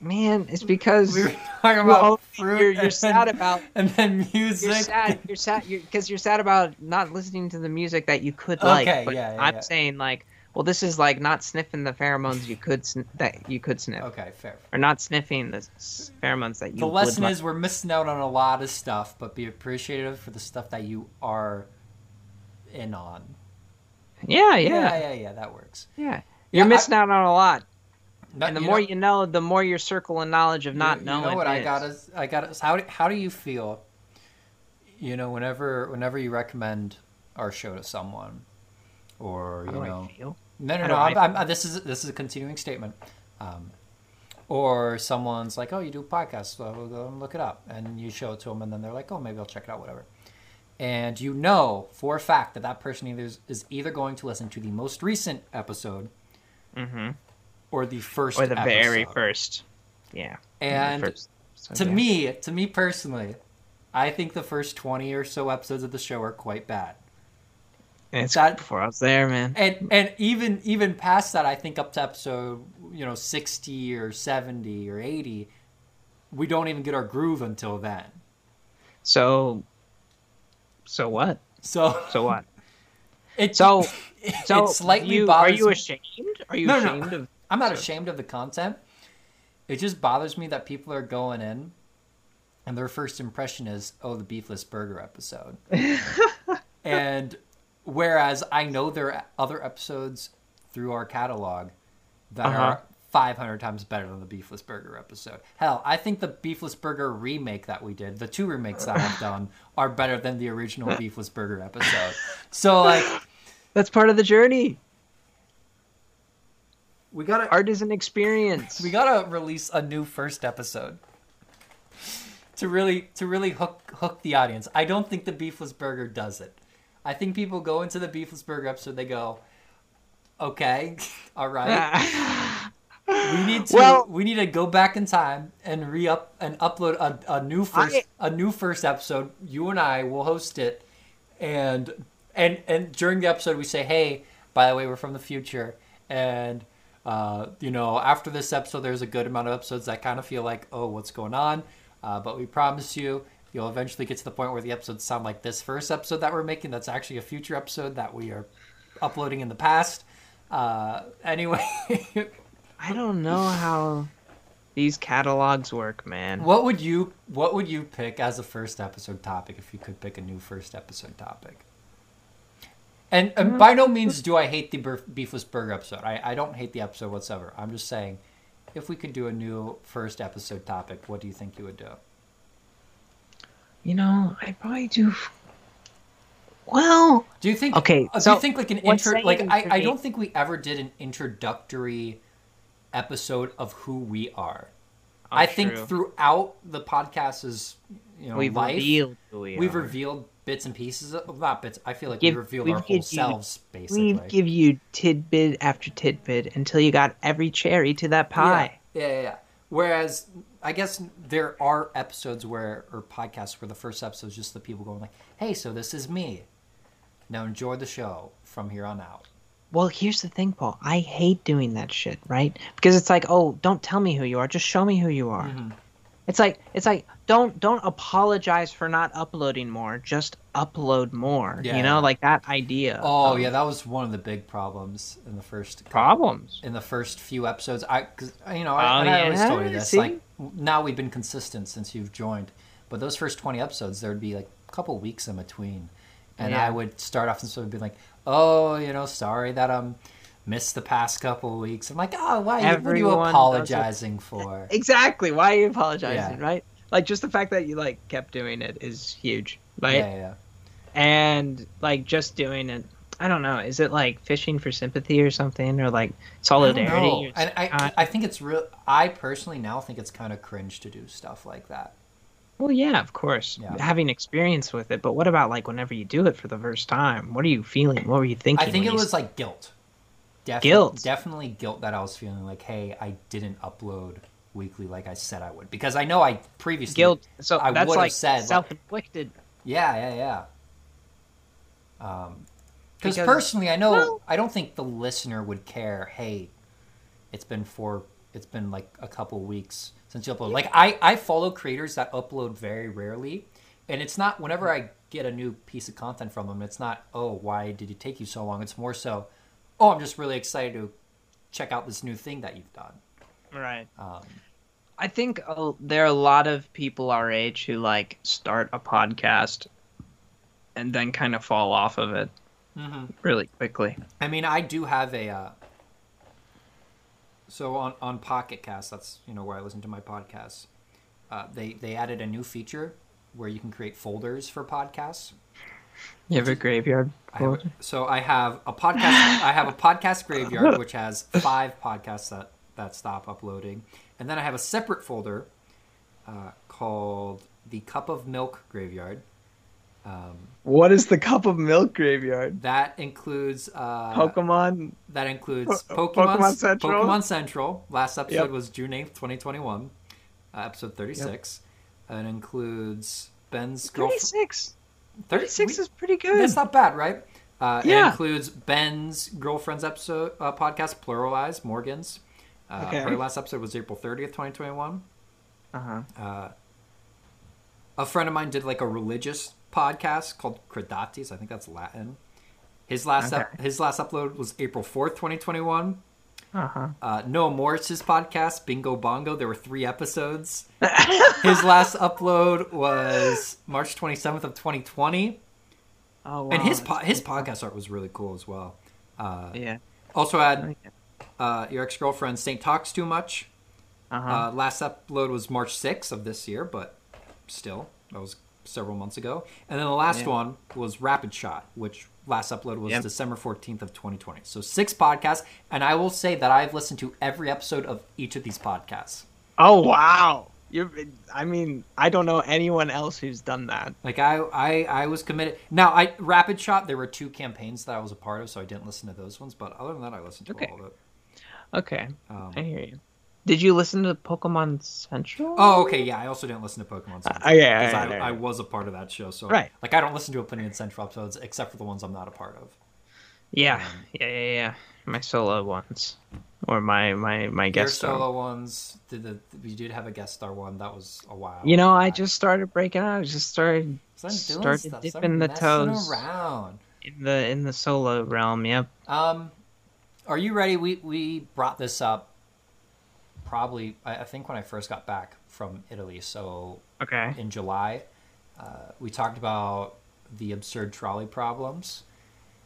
Man, it's because We were talking Well, about fruit. you're- you're and sad then- about- and then music. you're sad. You're sad. You're because you're sad about not listening to the music that you could Okay, like. But yeah, yeah, I'm yeah. saying like, well, this is like not sniffing the pheromones you could sn- that you could sniff, Okay, fair. or not sniffing the s- pheromones that you. The would lesson like. is we're missing out on a lot of stuff, but be appreciative for the stuff that you are in on. Yeah, yeah, yeah, yeah, yeah, that works. yeah. Yeah, You're I- missing out on a lot, No, and the you more know- you know, the more your circle and knowledge of not you, knowing. You know what I is. got is I got is how do, how do you feel? You know, whenever whenever you recommend our show to someone, or you How do know, I feel? no, no, how do no. I I'm, I'm, uh, this is this is a continuing statement. Um, or someone's like, "Oh, you do podcasts? So I'll go and look it up." And you show it to them, and then they're like, "Oh, maybe I'll check it out, whatever." And you know for a fact that that person either is, is either going to listen to the most recent episode, Mhm. or the first, Or the very episode. first. Yeah. And the first. So, to yeah. me, to me personally, I think the first twenty or so episodes of the show are quite bad. And it's that- before I was there, man. and and even even past that, I think up to episode you know sixty or seventy or eighty, we don't even get our groove until then. So, so what? So So what? it So, so it slightly you, bothers. Are you me- ashamed? Are you No, no, ashamed of? I'm not ashamed of the content. It just bothers me that people are going in, and their first impression is, "Oh, the beefless burger episode," and whereas I know there are other episodes through our catalog that Uh-huh. are 500 times better than the beefless burger episode. Hell, I think the beefless burger remake that we did, the two remakes that I've done, are better than the original beefless burger episode. So like, That's part of the journey. we gotta Art is an experience. We gotta release a new first episode to really to really hook hook the audience. I don't think the beefless burger does it. I think people go into the beefless burger episode, they go, "Okay, all right, we need to Well- we need to go back in time and re up and upload a, a new first I- a new first episode. You and I will host it, and and and during the episode we say, hey, by the way, we're from the future, and uh, you know after this episode, there's a good amount of episodes that kind of feel like, oh, what's going on? Uh, but we promise you. You'll eventually get to the point where the episodes sound like this first episode that we're making. That's actually a future episode that we are uploading in the past. Uh, anyway, I don't know how these catalogs work, man. What would you What would you pick as a first episode topic if you could pick a new first episode topic? And, and Mm-hmm. by no means do I hate the bur- beefless burger episode. I, I don't hate the episode whatsoever. I'm just saying, if we could do a new first episode topic, what do you think you would do? You know, I probably do. f- Well, Do you think? Okay, uh, do so you think like an what's intro? Like saying I, for I me- don't think we ever did an introductory episode of who we are. I think true. throughout the podcast's you know we've life, revealed who we We've are. revealed bits and pieces. Of, not bits. I feel like Give- we revealed we've our give whole you- selves, basically. We give you tidbit after tidbit until you got every cherry to that pie. Yeah, yeah, yeah, yeah. Whereas, I guess there are episodes where, or podcasts where the first episode is just the people going like, "Hey, so this is me," Now enjoy the show from here on out. Well, here's the thing, Paul. I hate doing that shit, right? Because it's like, oh, don't tell me who you are. Just show me who you are. Mm-hmm. It's like, it's like, don't don't apologize for not uploading more. Just upload more. Yeah. You know, like that idea. Oh of yeah, that was one of the big problems in the first problems. in the first few episodes. I, cause, uh, you know, I, Oh, and I always yeah? told you this. See? Like now we've been consistent since you've joined, but those first twenty episodes, there'd be like a couple weeks in between, and Yeah. I would start off and sort of be like, "Oh, you know, sorry that um missed the past couple of weeks." I'm like, "Oh, why? what are you Everyone does it." apologizing for?" Exactly. Why are you apologizing, Yeah. right? Like just the fact that you like kept doing it is huge, right? Yeah, yeah. and like just doing it i don't know is it like fishing for sympathy or something or like solidarity I, or don't know. And I, uh, I think it's real. I personally now think it's kind of cringe to do stuff like that. well yeah of course Yeah. having experience with it but what about like whenever you do it for the first time what are you feeling what were you thinking I think when it you- was like guilt. Defi- Guilt? Definitely guilt that I was feeling like, hey, I didn't upload weekly like I said I would because I know I previously guilt so I that's would've like said, like- self-inflicted Yeah, yeah, yeah. Um, because Because- personally, I know well- I don't think the listener would care. Hey, it's been four. It's been like a couple weeks since you upload. Like I, I follow creators that upload very rarely, and it's not whenever I get a new piece of content from them. It's not oh why did it take you so long. It's more so oh I'm just really excited to check out this new thing that you've done. right Um, I think uh, there are a lot of people our age who like start a podcast and then kind of fall off of it Mm-hmm. really quickly. I mean, I do have a. Uh, so on on Pocket Cast, that's you know where I listen to my podcasts. Uh, they they added a new feature where you can create folders for podcasts. You have a graveyard. I have, so I have a podcast. I have a podcast graveyard which has five podcasts that that stop uploading, and then I have a separate folder uh, called the Cup of Milk Graveyard. Um, What is the cup of milk graveyard? That includes uh, Pokemon. That includes Po- Pokemon, Pokemon Central. Pokemon Central. Last episode Yep. was June 8th, 2021. Uh, episode 36. And includes Ben's girlfriend. 36. 36 is pretty good. That's not bad, right? Uh, It Yeah. includes Ben's girlfriend's episode uh, podcast, pluralized, Morgan's. Uh, Okay. Her last episode was April 30th, 2021. uh-huh. Uh, A friend of mine did like a religious podcast called Credatis. I think that's Latin. His last up, Okay. his last upload was April 4th, 2021. Uh-huh. uh, Noah Morris's podcast, Bingo Bongo. There were three episodes. His last upload was March 27th of 2020, Oh, wow. and his po- his podcast art was really cool as well. Uh, Yeah. also had Okay. uh, your ex girlfriend Saint talks too much. Uh-huh. Uh, last upload was March 6th of this year, but still that was several months ago. And then the last Yeah. one was Rapid Shot, which last upload was Yep. December 14th of 2020. So six podcasts, and I will say that I've listened to every episode of each of these podcasts. oh, wow. You're I mean, I don't know anyone else who's done that. Like I, I, I was committed. Now, I Rapid Shot. There were two campaigns that I was a part of, so I didn't listen to those ones. But other than that, I listened to Okay. all of it. Okay. I Um, hear you. Did you listen to Pokemon Central? oh, okay, yeah. I also didn't listen to Pokemon Central Uh, yeah, 'cause yeah, I, yeah, yeah. I was a part of that show. So Right. like I don't listen to Opinion Central episodes except for the ones I'm not a part of. Yeah. Yeah, yeah, yeah. My solo ones or my my my Your guest solo. solo ones did the we did have a guest star one that was a while. You know, I back. just started breaking out. I just started So I'm doing started stuff, so I'm dipping the messing toes. around. in the in the solo realm. Yep. Um, are you ready? We we brought this up probably I, I think when I first got back from Italy, so Okay. in July, uh, we talked about the absurd trolley problems.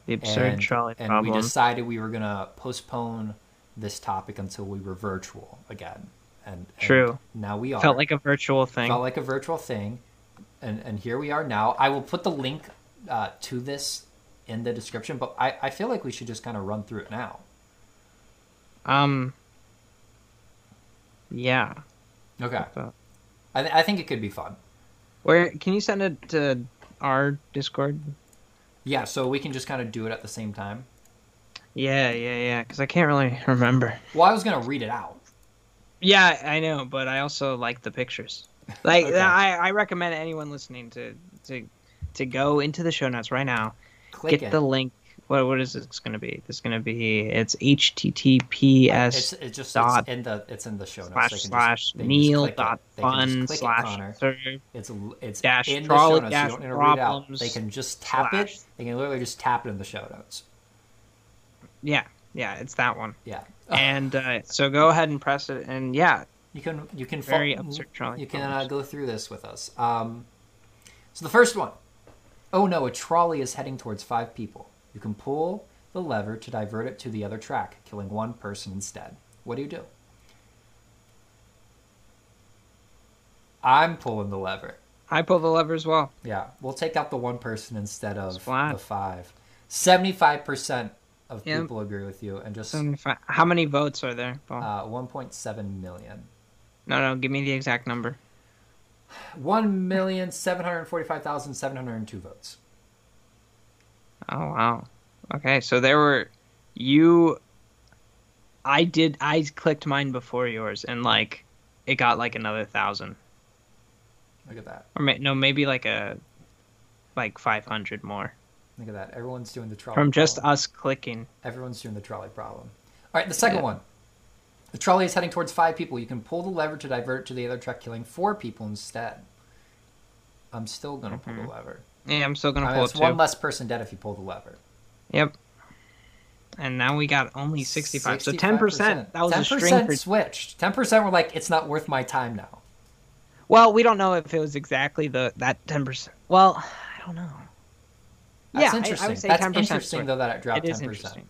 The absurd and, trolley and problem. we decided we were gonna postpone this topic until we were virtual again. And, and True. now we are Felt like a virtual thing. felt like a virtual thing and and here we are now i will put the link uh, to this in the description but i i feel like we should just kind of run through it now um. Yeah. okay So- i, th- I think it could be fun Where can you send it to our Discord? yeah so we can just kind of do it at the same time Yeah, yeah, yeah. Because I can't really remember. well i was gonna read it out Yeah, I know, but I also like the pictures. Like Okay. I, I recommend anyone listening to to to go into the show notes right now click Get it. the link. What what is this going to be? This is going to be it's https it's it just dot it's in the it's in the show notes. slash They slash can just- they can just neil click it. dot They fun can just click it, Connor. slash serve It's it's dash in the trolley show notes. dash you don't need to read out. problems They can just tap slash- it. They can literally just tap it in the show notes. Yeah, yeah, it's that one. Yeah, And uh, so go ahead and press it, and yeah, you can you can fo- very absurd trolley. you can uh, problems. go through this with us. Um, so the first one. Oh no, a trolley is heading towards five people. You can pull the lever to divert it to the other track, killing one person instead. What do you do? I'm pulling the lever. I pull the lever as well. Yeah, we'll take out the one person instead of Flat. the five. Seventy-five percent of Yeah. people agree with you, and just So if I- How many votes are there? Paul? uh, one point seven million. no, no, give me the exact number. One million seven hundred forty-five thousand seven hundred two votes. Oh wow. Okay, so there were you. I did. I clicked mine before yours, and like it got like another thousand, Look at that! or may, no, maybe like a like five hundred more Look at that! Everyone's doing the trolley from just problem. us clicking. everyone's doing the trolley problem. All right, the second Yeah. one. The trolley is heading towards five people. You can pull the lever to divert it to the other track, killing four people instead. I'm still gonna pull the lever. Yeah, I'm still Mm-hmm. gonna I mean, pull Uh, it's two. one less person dead if you pull the lever. Yep. And now we got only 65. So 10%. 65%. That was a 10% string for. switched. Ten percent were like, it's not worth my time now. Well, we don't know if it was exactly the that 10%. Well, I don't know. That's yeah, interesting. I, I would say That's 10% interesting switch. though that it dropped It is ten percent. interesting.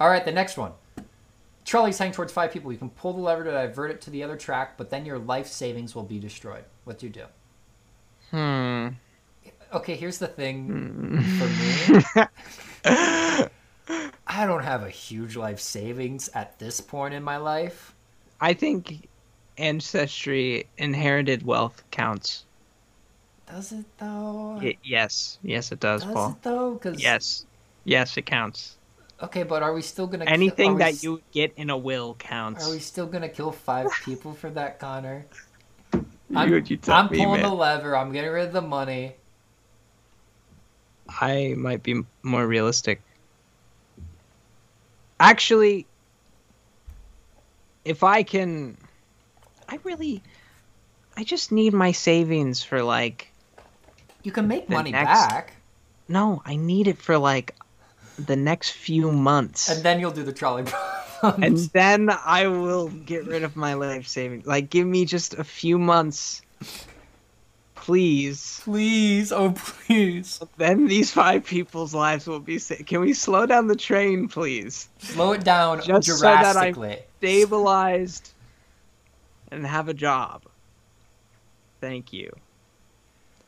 All right, the next one. Trolley's heading towards five people. You can pull the lever to divert it to the other track, but then your life savings will be destroyed. What do you do? Hmm. Okay, here's the thing for me. I don't have a huge life savings at this point in my life. I think ancestry inherited wealth counts. Does it though? Y- yes. Yes, it does, Does Paul. it though? Because Yes. Yes, it counts. Okay, but are we still gonna kill- are Anything we that s- you get in a will Are we counts. still gonna kill five people for that, Connor? would you tell I'm me, pulling man? the lever. I'm getting rid of the money. I might be m- more realistic. Actually, if I can, I really, I just need my savings for like. You can make The money next- back, No, I need it for like the next few months, and and, then you'll do the trolley problem. then I will get rid of my life savings. Like, give me just a few months, please. please, oh please, Then these five people's lives will be saved. Can we slow down the train, please? slow it down Just so that I- drastically. stabilized and have a job. Thank you.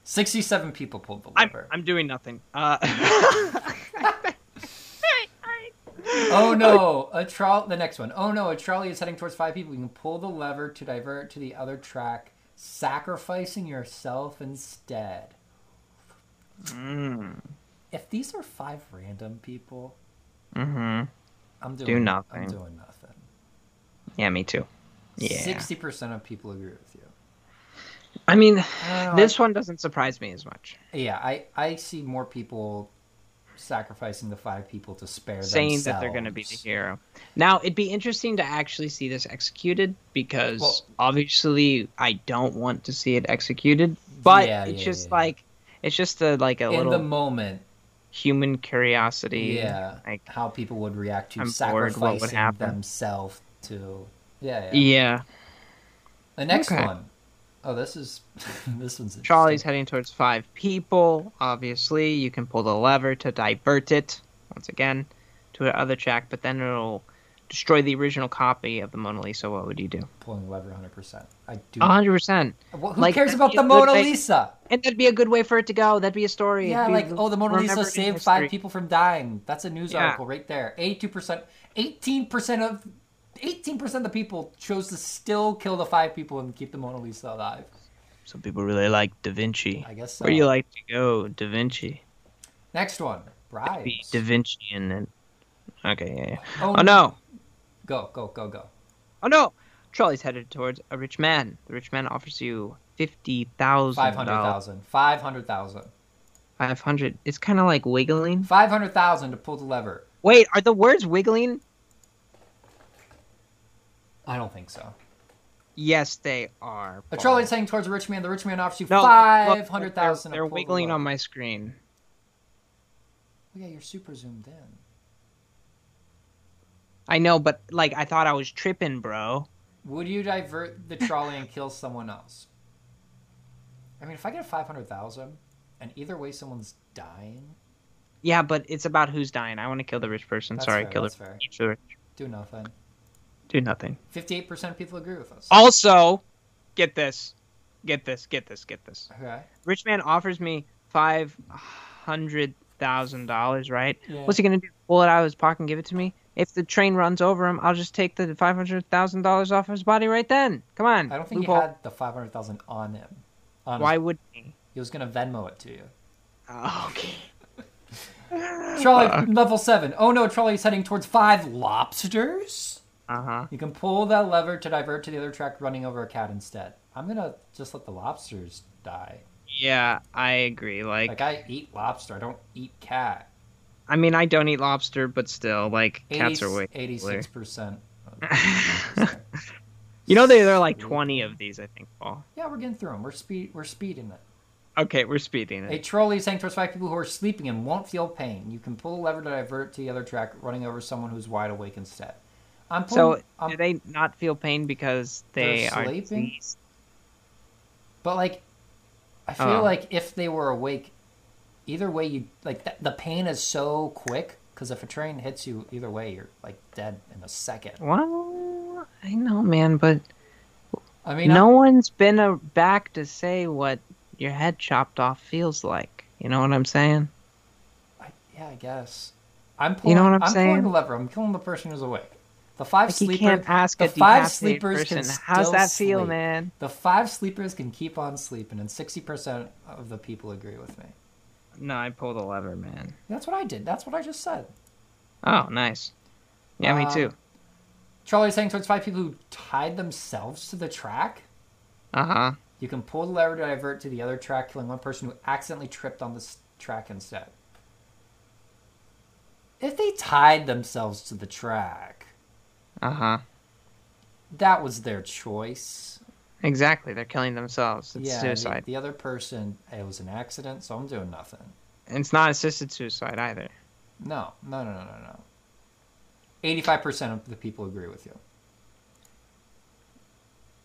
Sixty-seven people pulled the I'm lever. I'm doing nothing. Uh, oh oh no, a troll. The next one. Oh no, a trolley is heading towards five people. You can pull the lever to divert to the other track, sacrificing yourself instead. Mm, If these are five random people, Mm-hmm. I'm doing Do I'm nothing. doing nothing. Yeah, me too. Yeah. Sixty percent of people agree with you. I mean, don't know, this one doesn't surprise me as much. Yeah, I I see more people sacrificing the five people to spare Saying that they're going to be the themselves. hero. Now, it'd be interesting to actually see this executed because Well- obviously I don't want to see it executed. But Yeah, it's yeah, just yeah. like it's just a like a in little the moment. human curiosity. Yeah, Like, how people would react to I'm bored, what would sacrificing happen? themselves to. Yeah, yeah. yeah. The next Okay. one. Oh, this is this one's Trolley's interesting. heading towards five people. Obviously, you can pull the lever to divert it, once again, to the other track, but then it'll destroy the original copy of the Mona Lisa. What would you do? pulling the lever 100. percent I do. A 100%. Wha- who like, cares that'd about be the a good Mona thing. Lisa? And that'd be a good way for it to go. That'd be a story. Yeah, It'd be like oh, the Mona Lisa remembered in saved five history. people from dying. That's a news Yeah. article right there. 82 percent, 18 percent of, 18 percent of the people chose to still kill the five people and keep the Mona Lisa alive. Some people really like Da Vinci. I guess so. Where do you like to go, Da Vinci? Next one, Be bribes. Da Vinci and then. Okay, yeah, yeah. Oh, Oh, no. Go, go, go, go. Oh no! Trolley's headed towards a rich man. The rich man offers you fifty thousand Five hundred dollars. thousand. Five hundred thousand. Five hundred. It's kind of like wiggling. Five hundred thousand to pull the lever. Wait, are the words wiggling? I don't think so. Yes, they are. A Paul. trolley is heading towards a rich man. The rich man offers you Oh. No, look, five hundred thousand. They're, they're wiggling on my screen. yeah, you're super zoomed in. I know, but like I thought I was tripping, bro. Would you divert the trolley and kill someone else? I mean, if I get five hundred thousand, and either way someone's dying, Yeah, but it's about who's dying. I want to kill the rich person. That's Sorry, fair, kill the that's fair. rich. Sure. do nothing. Do nothing. Fifty-eight percent of people agree with us. Oh. Also, get this, get this, get this, get this. Okay. Rich man offers me five hundred thousand dollars. Right? Yeah. What's he gonna do? Pull it out of his pocket and give it to me? If the train runs over him, I'll just take the five hundred thousand dollars off his body right then. Come on. I don't think loophole. he had the five hundred thousand on him. On Why Why? would he? He was gonna Venmo it to you. Oh, okay. Trolley level seven. Oh no, trolley's heading towards five lobsters. Uh huh. You can pull that lever to divert to the other track, running over a cat instead. I'm gonna just let the lobsters die. Yeah, I agree. Like, Like I eat lobster, I don't eat cat. I mean, I don't eat lobster, but still, like, cats are way. Eighty-six percent. You know, they, there are like 20 of these, I think, Paul. Yeah, we're getting through them. We're speed. We're speeding it. Okay, we're speeding A it. trolley is heading towards five people who are sleeping and won't feel pain. You can pull a lever to divert to the other track, running over someone who's wide awake instead. I'm pulling. So, I'm- do they not feel pain because they um, They're are sleeping? diseased? But like, I feel Oh. like if they were awake, either way, you like th- the pain is so quick because if a train hits you, either way, you're like dead in a second. Well, I know, man, but I mean, no I'm- one's been a- back to say what your head chopped off feels like. You know what I'm saying? I, yeah, I guess. I'm pulling. know what I'm I'm pulling saying? the lever. I'm killing the person who's awake. The five Like, you sleepers. can't ask the a five decapitated sleepers can person, how's still that feel, sleep." man? The five sleepers can keep on sleeping, and sixty percent of the people agree with me. No, I pulled a lever, man. That's what I did. That's what I just said. Oh, nice. Yeah, me Um, too. Charlie's saying towards five people who tied themselves to the track. Uh huh. You can pull the lever to divert to the other track, killing one person who accidentally tripped on this track instead. If they tied themselves to the track, Uh huh. that was their choice. Exactly. They're killing themselves. It's yeah, the- suicide. The, other person, it was an accident, so I'm doing nothing. And it's not assisted suicide either. No, no, no, no, no, no. Eighty-five percent of the people agree with you.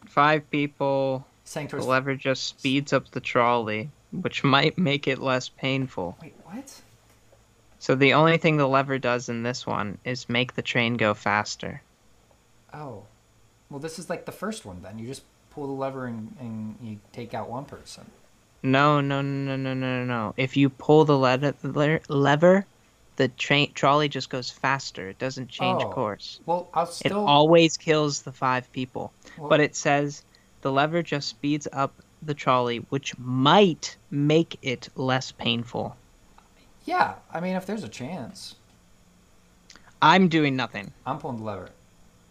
Five people. Saying The towards lever just speeds up the trolley, which might make it less painful. wait, what? So the only thing the lever does in this one is make the train go faster. Oh, well, this is like the first one. Then you just pull the lever and, and you take out one person. No, no, no, no, no, no, no. If you pull the le- le- lever, the train trolley just goes faster. It doesn't change Oh. course. Well, I'll still. It always kills the five people. well- But it says the lever just speeds up the trolley, which might make it less painful. Yeah, I mean, if there's a chance, I'm doing nothing. I'm pulling the lever.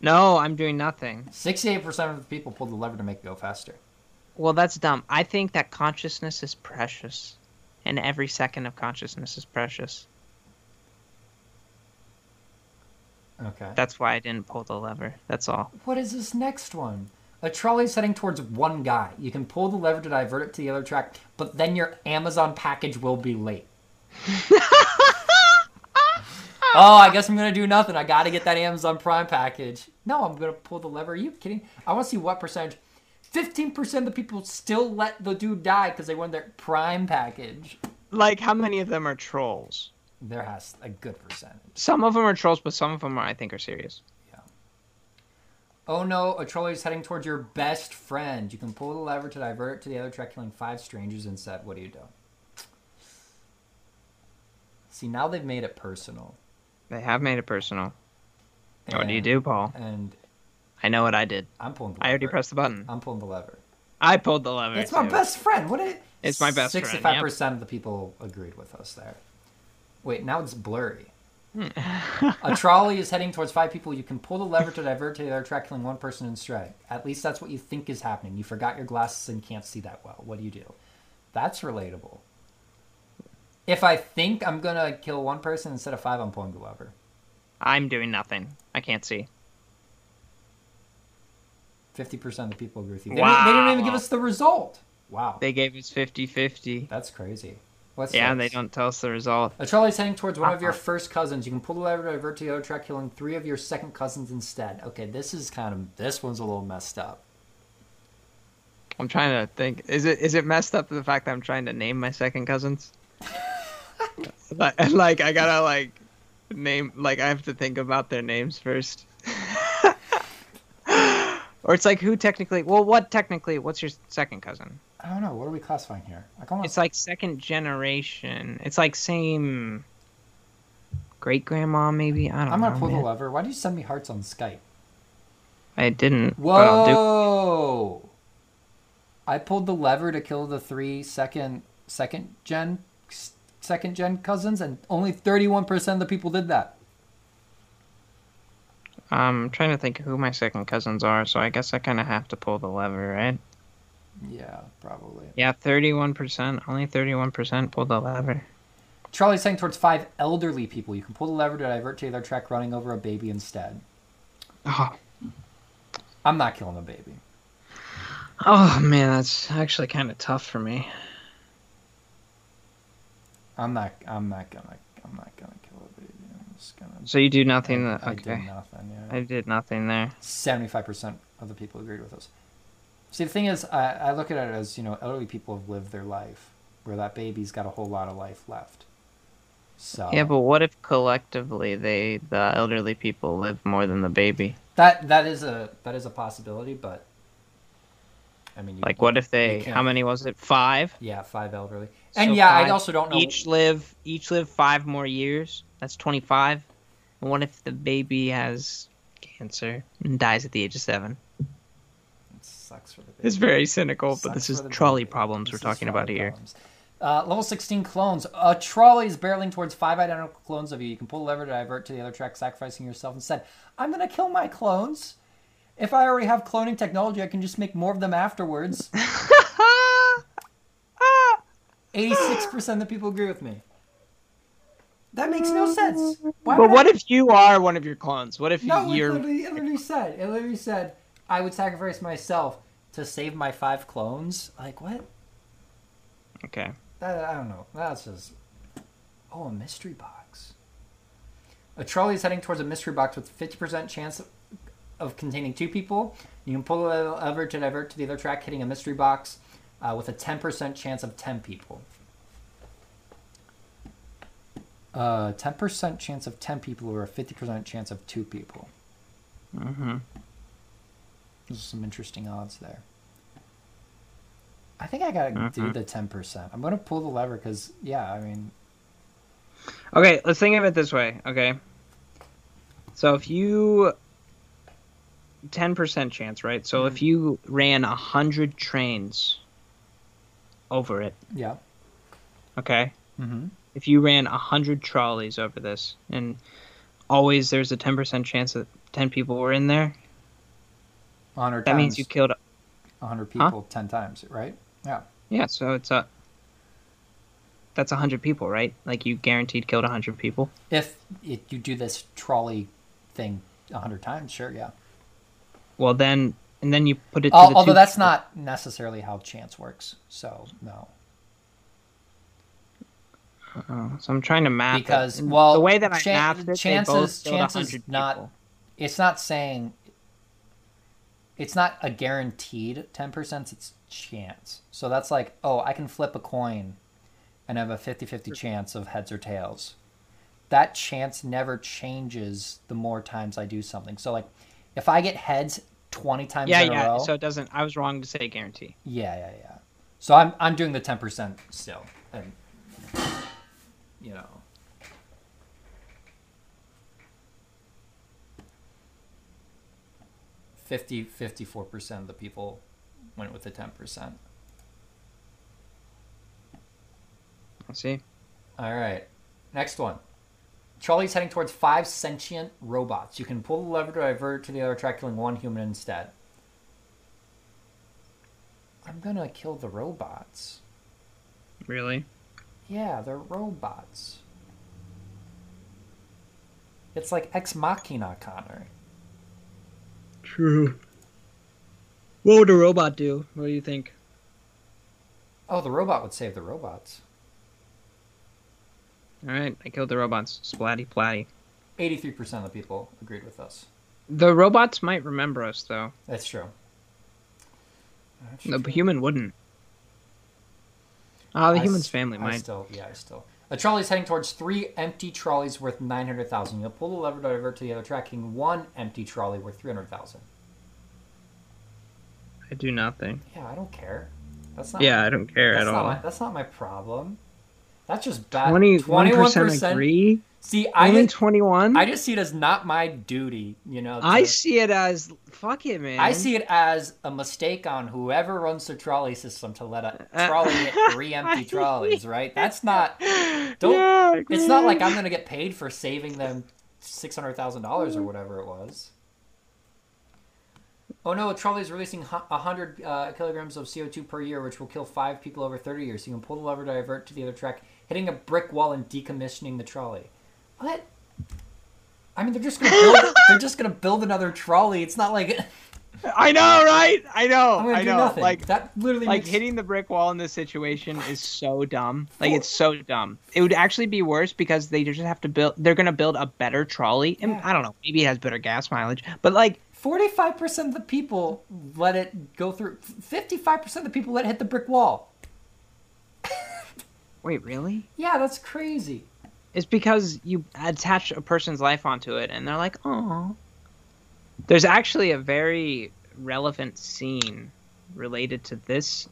No, I'm doing nothing. Sixty-eight percent of the people pulled the lever to make it go faster. Well, that's dumb. I think that consciousness is precious, and every second of consciousness is precious. Okay. That's why I didn't pull the lever. That's all. What is this next one? A trolley's heading towards one guy. You can pull the lever to divert it to the other track, but then your Amazon package will be late. oh, I guess I'm gonna do nothing. I gotta get that Amazon Prime package. No, I'm gonna pull the lever. Are you kidding? I wanna see what percentage. 15% of the people still let the dude die because they won their Prime package. Like, how many of them are trolls? There has a good percentage. Some of them are trolls, but some of them are, I think, are serious. Oh no, a trolley is heading towards your best friend. You can pull the lever to divert it to the other track, killing five strangers instead. What do you do? See, now they've made it personal. They have made it personal. What Oh, do you And- do, Paul? And I know what I did. I'm pulling the lever. I already pressed the button. I'm pulling the lever. I pulled the lever. It's my too. best friend. What is It's my best friend, yep. 65% of the people agreed with us there. Wait, now it's blurry. Hmm. a trolley is heading towards five people. You can pull the lever to divert to the other track, killing one person in stride. At least that's what you think is happening. You forgot your glasses and can't see that well. What do you do? That's relatable. If I think I'm gonna kill one person instead of five, I'm pulling whoever. I'm doing nothing. I can't see. Fifty percent of the people agree with you. They, wow. didn't, they didn't even give us the result. Wow, They gave us 50-50. that's crazy. What's Yeah, and next? they don't tell us the result. A trolley's heading towards one of your Uh-uh. first cousins. You can pull the lever to divert to the other track, killing three of your second cousins instead. Okay, this is kind of this one's a little messed up. I'm trying to think. Is it is it messed up the fact that I'm trying to name my second cousins? like, and, like I gotta like name like I have to think about their names first. or it's like who technically? Well, what technically? What's your second cousin? I don't know. What are we classifying here? Like almost. It's like second generation. It's like same great grandma maybe. I don't I'm know. gonna pull man. the lever. Why do you send me hearts on Skype? I didn't. But I'll do. Whoa! I pulled the lever to kill the three second second gen second gen cousins, and only 31 percent of the people did that. I'm trying to think who my second cousins are, so I guess I kind of have to pull the lever, right? Yeah, probably. Yeah, thirty-one percent. Only thirty-one percent pulled the lever. Charlie's saying towards five elderly people. You can pull the lever to divert to their track, running over a baby instead. Ah. Oh, I'm not killing a baby. oh man, that's actually kind of tough for me. I'm not. I'm not gonna. I'm not gonna kill a baby. I'm just gonna. So you do nothing. I, that, I okay, did nothing. Yeah. I did nothing there. Seventy-five percent of the people agreed with us. See, the thing is, I, I look at it as you know, elderly people have lived their life, where that baby's got a whole lot of life left. So Yeah, but what if collectively they, the elderly people, live more than the baby? that that is a that is a possibility, but I mean, you, Like, what if You they? can't- How many was it? Five. yeah, five elderly, and So yeah, I five- also don't know Each live, each live five more years. That's twenty-five. And what if the baby has cancer and dies at the age of seven? It sucks for the baby. It's very cynical, but Sucks this is for the trolley baby. problems This we're is talking trolley about here. problems. Uh, level 16 clones. A trolley is barreling towards five identical clones of you. You can pull the lever to divert to the other track, sacrificing yourself instead. I'm going to kill my clones. If I already have cloning technology, I can just make more of them afterwards. 86% of the people agree with me. That makes no sense. Why But would what I... if you are one of your clones? What if No, it you're literally, it literally said, it literally said, I would sacrifice myself to save my five clones. Like, what? okay? That, I don't know. That's just. Oh, a mystery box. A trolley is heading towards a mystery box with 50% chance of containing two people. You can pull the lever to divert to the other track, hitting a mystery box uh, with a 10% chance of 10 people. Uh, 10% chance of 10 people or a 50% chance of two people. Mm-hmm. There's some interesting odds there. I think I gotta do Mhm. the 10%. I'm gonna pull the lever because, yeah, I mean, Okay, let's think of it this way. Okay, so if you ten percent chance, right? So Mm-hmm. if you ran a hundred trains over it, yeah. okay, Mm-hmm. if you ran a hundred trolleys over this, and always there's a ten percent chance that ten people were in there, 100 that times. means you killed. 100 Huh? people 10 times, right? Yeah. Yeah, so it's a. That's a hundred people, right? Like you guaranteed killed a hundred people. If it, you do this trolley thing 100 times, sure, yeah. Well, then, and then you put it. To Al the although two- that's not necessarily how chance works, so no. Oh, so I'm trying to map it. Because, And well, the way that I chan- mapped it, they chances- both killed chances 100 not- people. It's not saying. It's not a guaranteed 10%, it's chance. So that's like, oh, I can flip a coin and have a 50 50 chance of heads or tails. That chance never changes the more times I do something. So, like, if I get heads 20 times Yeah, in a yeah. row. So it doesn't. I was wrong to say guarantee. Yeah, yeah, yeah. So I'm I'm doing the ten percent still, and you know. Fifty, fifty-four percent of the people went with the ten percent. I see. All right, next one. Trolley's heading towards five sentient robots. You can pull the lever to divert to the other track, killing one human instead. I'm gonna kill the robots. Really? Yeah, they're robots. It's like Ex Machina, Connor. True. What would a robot do? What do you think? Oh, the robot would save the robots. All right, I killed the robots. Splatty platty. 83% of the people agreed with us. The robots might remember us though. That's true. That's The true. human wouldn't. Ah, the I human's s- family I might. still, yeah, I still. A trolley's heading towards three empty trolleys worth 900,000. You'll pull the lever to divert to the other tracking one empty trolley worth 300,000. I do nothing. Yeah, I don't care. That's not Yeah, I don't care that's at not all. My, that's not my problem. That's just bad. 20, 21% 21% agree. See, I Only didn't, 21. I just see it as not my duty, you know. I to- see it as fuck it, man. I see it as a mistake on whoever runs the trolley system to let a Uh, trolley hit three empty trolleys, right? That's not. Don't- Yeah, It's not like man. I'm gonna get paid for saving them six hundred thousand dollars or whatever it was. Oh no, a trolley is releasing a hundred uh, kilograms of CO two per year, which will kill five people over thirty years. You can pull the lever to divert to the other track, hitting a brick wall and decommissioning the trolley. What? I mean, they're just gonna build, they're just gonna build another trolley. It's not like I know, right? I know. I'm gonna I do know. nothing. Like that literally like makes- hitting the brick wall in this situation is so dumb. Like Four- it's so dumb. It would actually be worse because they just have to build. They're gonna build a better trolley, and Yeah. I don't know. Maybe it has better gas mileage, but like, Forty-five percent of the people let it go through. Fifty-five percent of the people let it hit the brick wall. wait, really? Yeah, that's crazy. It's because you attach a person's life onto it, and they're like, oh. There's actually a very relevant scene related to this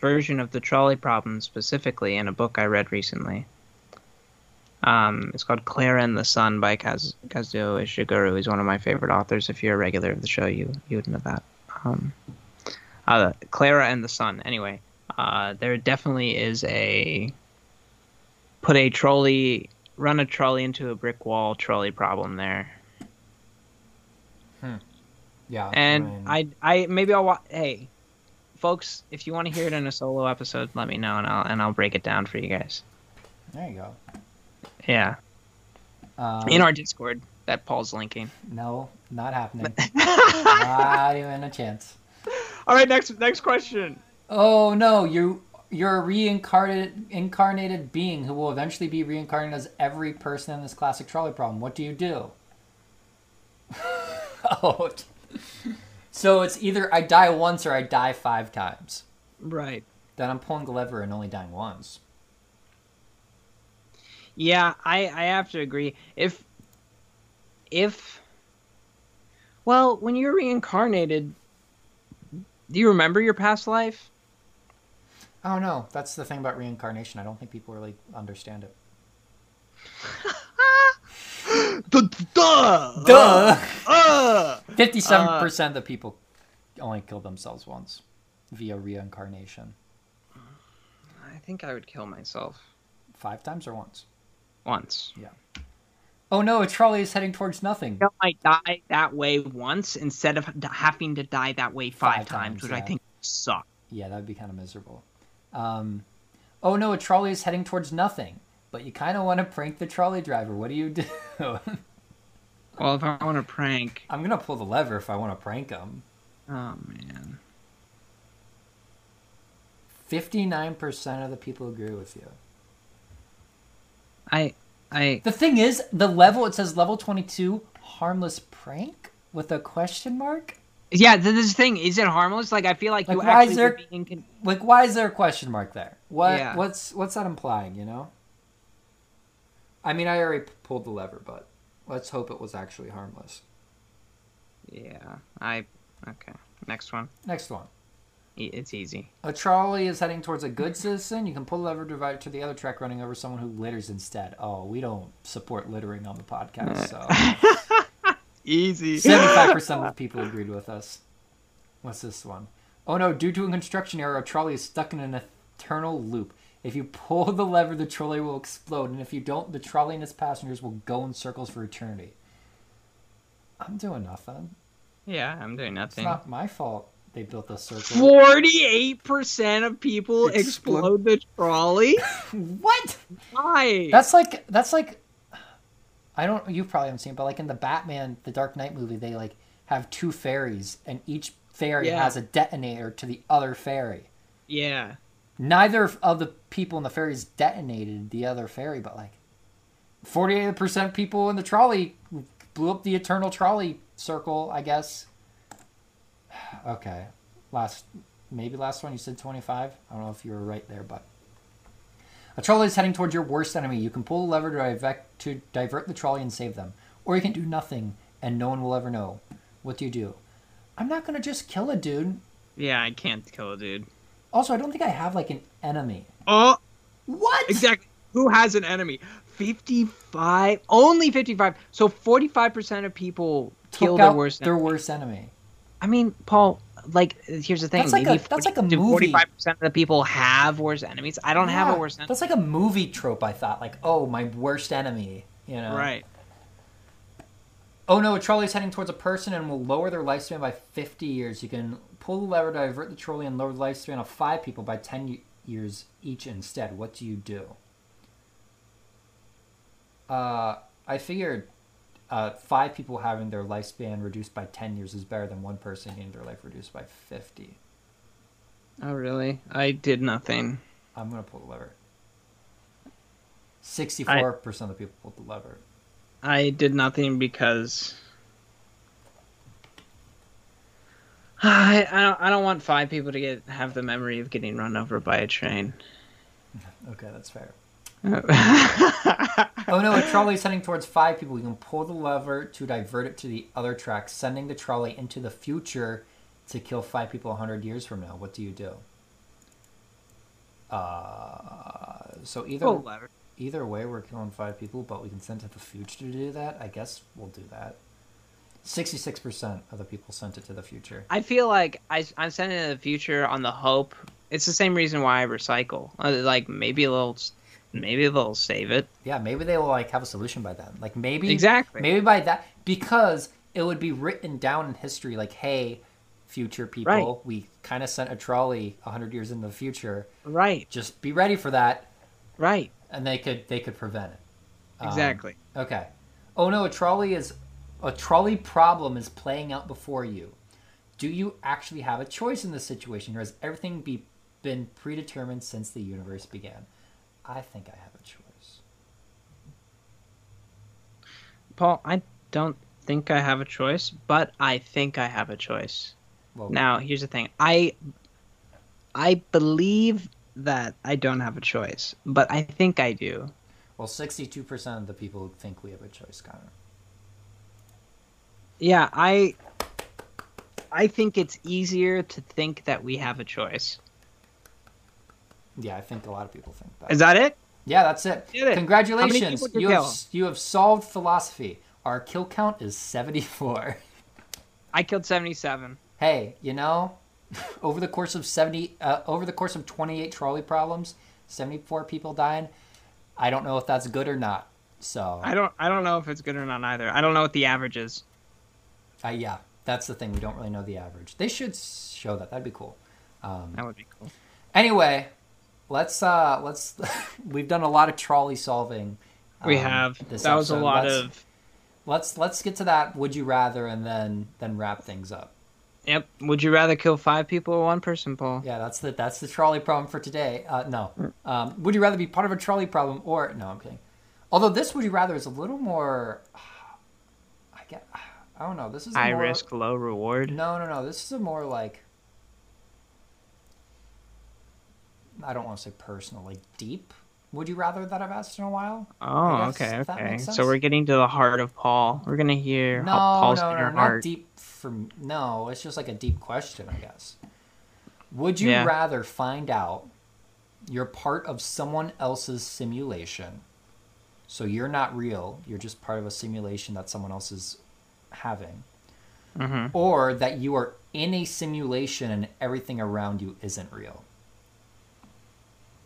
version of the trolley problem specifically in a book I read recently. Um, it's called Clara and the Sun by Kaz- Kazuo Ishiguro. He's one of my favorite authors. If you're a regular of the show, you you would know that. Um, uh, Clara and the Sun. Anyway, uh, there definitely is a put a trolley, run a trolley into a brick wall trolley problem there. Yeah, And I, I maybe I'll wa- hey, folks, if you want to hear it in a solo episode, let me know and I'll and I'll break it down for you guys. there you go. Yeah, Um, in our Discord that Paul's linking. no, not happening. not even a chance. All right, next next question. Oh no, you you're a reincarnated incarnated being who will eventually be reincarnated as every person in this classic trolley problem. What do you do? oh. So it's either I die once or I die five times. Right. Then I'm pulling the lever and only dying once. Yeah, I I have to agree. If if well, when you're reincarnated, do you remember your past life? I don't know. That's the thing about reincarnation. I don't think people really understand it. Duh. Ah! Duh. Oh. Uh. Fifty-seven percent of the people only kill themselves once via reincarnation. I think I would kill myself Five times or once? once. Oh no, a trolley is heading towards nothing. I might die that way once instead of d- having to die that way five, times, Five times, which I yeah. think sucks. Yeah, that would be kind of miserable. Um, oh no, a trolley is heading towards nothing. But you kind of want to prank the trolley driver. What do you do? Well, if I want to prank, I'm gonna pull the lever if I want to prank him. oh man, Fifty-nine percent of the people agree with you. I, I, The thing is, the level it says level twenty-two harmless prank with a question mark. yeah. th- This thing is it harmless? Like I feel like, Like, you why is actually there- would be incon- like why is there a question mark there what Yeah. what's what's that implying you know i mean i already p- pulled the lever but let's hope it was actually harmless Yeah, I. Okay, next one. next one E- It's easy. a trolley is heading towards a good citizen you can pull the lever to divide it to the other track running over someone who litters instead oh we don't support littering on the podcast so Easy. 75% of people agreed with us what's this one? Oh no due to a construction error a trolley is stuck in an eternal loop If you pull the lever, the trolley will explode, and if you don't, the trolley and its passengers will go in circles for eternity. I'm doing nothing. Yeah, I'm doing It's nothing. not my fault. They built a circle. Forty-eight percent of people Explo- explode the trolley. what? Why? That's like that's like I don't you probably haven't seen, it, but like in the Batman, the Dark Knight movie, they like have two fairies, and each fairy Yeah. has a detonator to the other fairy. yeah. Neither of the people in the fairies detonated the other fairy, but like forty-eight percent people in the trolley blew up the eternal trolley circle. I guess. Okay, last maybe last one you said twenty-five. I don't know if you were right there, but. A trolley is heading towards your worst enemy. You can pull a lever to, divec- to divert the trolley and save them, or you can do nothing and no one will ever know. What do you do? I'm not gonna just kill a dude. Yeah, I can't kill a dude. Also, I don't think I have like an enemy. Oh, What? exactly. Who has an enemy? Fifty-five. Only fifty-five. So forty-five percent of people Took kill out their worst. Their worst enemy. I mean, Paul. Like, here's the thing. That's like maybe a- that's like a movie. Forty-five percent of the people have worse enemies. I don't have Yeah, a worse enemy. That's like a movie trope. I thought like, oh, my worst enemy. You know. Right. Oh no, a trolley is heading towards a person and will lower their lifespan by 50 years. You can pull the lever to divert the trolley and lower the lifespan of five people by 10 y- years each instead. What do you do? Uh, I figured uh, five people having their lifespan reduced by 10 years is better than one person getting their life reduced by 50. Oh really? I did nothing. I'm going to pull the lever. 64% of the people pulled the lever. I did nothing because I I don't, I don't want five people to get have the memory of getting run over by a train. Okay, that's fair. oh Oh no, a trolley is heading towards five people. You can pull the lever to divert it to the other track, sending the trolley into the future to kill five people 100 years from now. What do you do? Uh, so either lever. either way, we're killing five people, but we can send it to the future to do that. I guess we'll do that. 66% of the people sent it to the future. I feel like I I'm sending it to the future on the hope. It's the same reason why I recycle. Uh, Like maybe they'll maybe they'll save it. Yeah, maybe they will like have a solution by then. Like maybe Exactly. maybe by that because it would be written down in history. Like, hey, future people, Right. we kind of sent a trolley hundred years in the future. Right. Just be ready for that, Right. and they could they could prevent it. Um, Exactly. Okay. Oh no, a trolley is a trolley problem is playing out before you. Do you actually have a choice in this situation, or has everything be, been predetermined since the universe began? I think I have a choice. Paul, I don't think I have a choice, but I think I have a choice. Well, Now, here's the thing. I I believe that I don't have a choice, but I think I do. Well, 62% of the people think we have a choice, Connor. Yeah, I I think it's easier to think that we have a choice. Yeah, I think a lot of people think that. Is that it? yeah, that's it. Did it. How many Congratulations. people did you You have, kill? s- you have solved philosophy. Our kill count is 74. I killed 77. Hey, you know, over the course of 70 uh, over the course of 28 trolley problems, 74 people dying. I don't know if that's good or not. So, I don't I don't know if it's good or not either. I don't know what the average is. uh, yeah, that's the thing. We don't really know the average. They should s- show that. That'd be cool. Um, That would be cool. Anyway, let's uh let's we've done a lot of trolley solving. We um, have this that was a episode. lot Let's- of Let's let's get to that would you rather and then then wrap things up. Yep. Would you rather kill 5 people or one person, Paul? Yeah, that's the that's the trolley problem for today. Uh, no, um, would you rather be part of a trolley problem or no? I'm kidding. Although this would you rather is a little more. I get. I don't know. This is a High more, risk, low reward. No, no, no. This is a more like. I don't want to say personal, like deep. Would you rather that I've asked in a while? Oh, guess okay, that okay. makes So sense. we're getting to the heart of Paul. We're gonna hear No, how Paul's no, inner no, not heart. deep. From no, it's just like a deep question, I guess. Would you Yeah. rather find out you're part of someone else's simulation, so you're not real, you're just part of a simulation that someone else is having, Mhm. or that you are in a simulation and everything around you isn't real?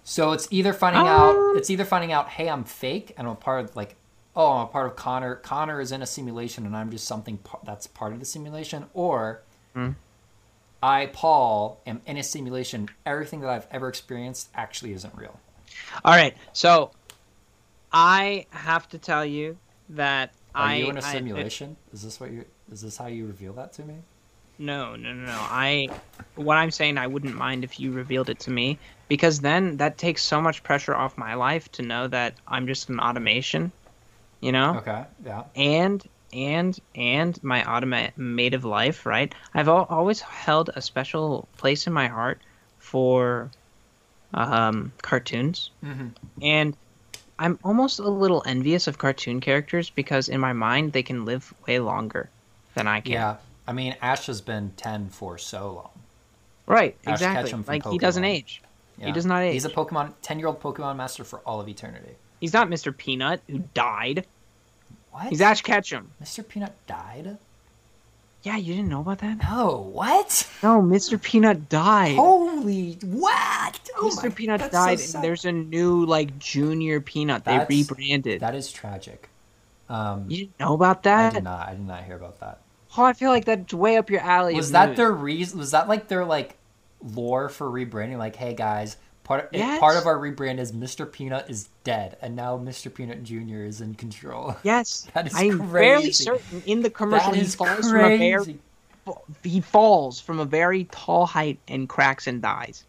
So it's either finding out Um, it's either finding out, hey, I'm fake and I'm a part of like, oh, I'm a part of Connor. Hmm. Connor is in a simulation and I'm just something par- that's part of the simulation, or I, Paul, am in a simulation. Everything that I've ever experienced actually isn't real. All right, so I have to tell you that Are I you in a I- simulation? is this what you? Is this how you reveal that to me? no, no, no, no. I what I'm saying, I wouldn't mind if you revealed it to me because then that takes so much pressure off my life to know that I'm just an automation, you know. Okay. Yeah. and and and my automative life right i've al- always held a special place in my heart for um, cartoons Mm-hmm. and i'm almost a little envious of cartoon characters because in my mind they can live way longer than i can Yeah. I mean, Ash has been ten for so long. right Ash exactly Ketchum from like he doesn't Pokemon. age He Yeah. does not He's a age. Pokemon ten-year-old Pokemon master for all of eternity. he's not mr peanut who died What? he's ash ketchum Mr. Peanut died? yeah you didn't know about that No. What? no mr peanut died Holy what? Oh Mr. my- Peanut that's so died, sad. and there's a new like Junior Peanut. They That's- rebranded. That is tragic. Um, you didn't know about I that? did not. I did not hear about that. Oh, I feel like that's way up your alley. Was of that news. their reason? Was that like their like lore for rebranding? Like, hey guys, part of, Yes. part of our rebrand is Mr. Peanut is dead, and now Mr. Peanut Jr. is in control. Yes, That is I'm crazy. fairly certain. In the commercial, That he is falls from a very crazy. he falls from a very tall height and cracks and dies.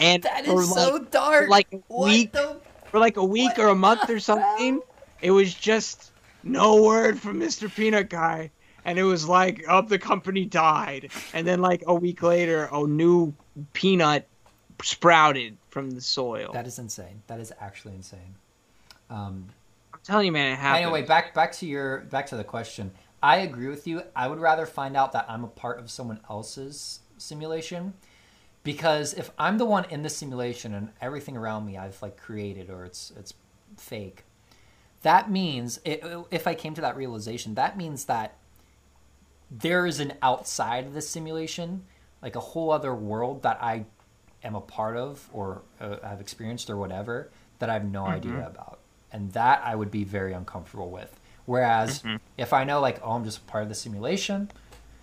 And That for, is so like, dark. like a what week- the? for like a week or a month or something, it was just no word from Mr. Peanut Guy. And it was like, oh, the company died. And then, like, a week later, a new peanut sprouted from the soil. That is insane. That is actually insane. Um, I'm telling you, man, it happened. Anyway, back back to your back to the question. I agree with you. I would rather find out that I'm a part of someone else's simulation because if I'm the one in the simulation and everything around me I've like created or it's it's fake, that means i if I came to that realization, that means that there is an outside of the simulation, like a whole other world that I am a part of or uh, have experienced or whatever that I have no idea about. And that I would be very uncomfortable with. Whereas Mm-hmm. if I know, like, oh, I'm just part of the simulation,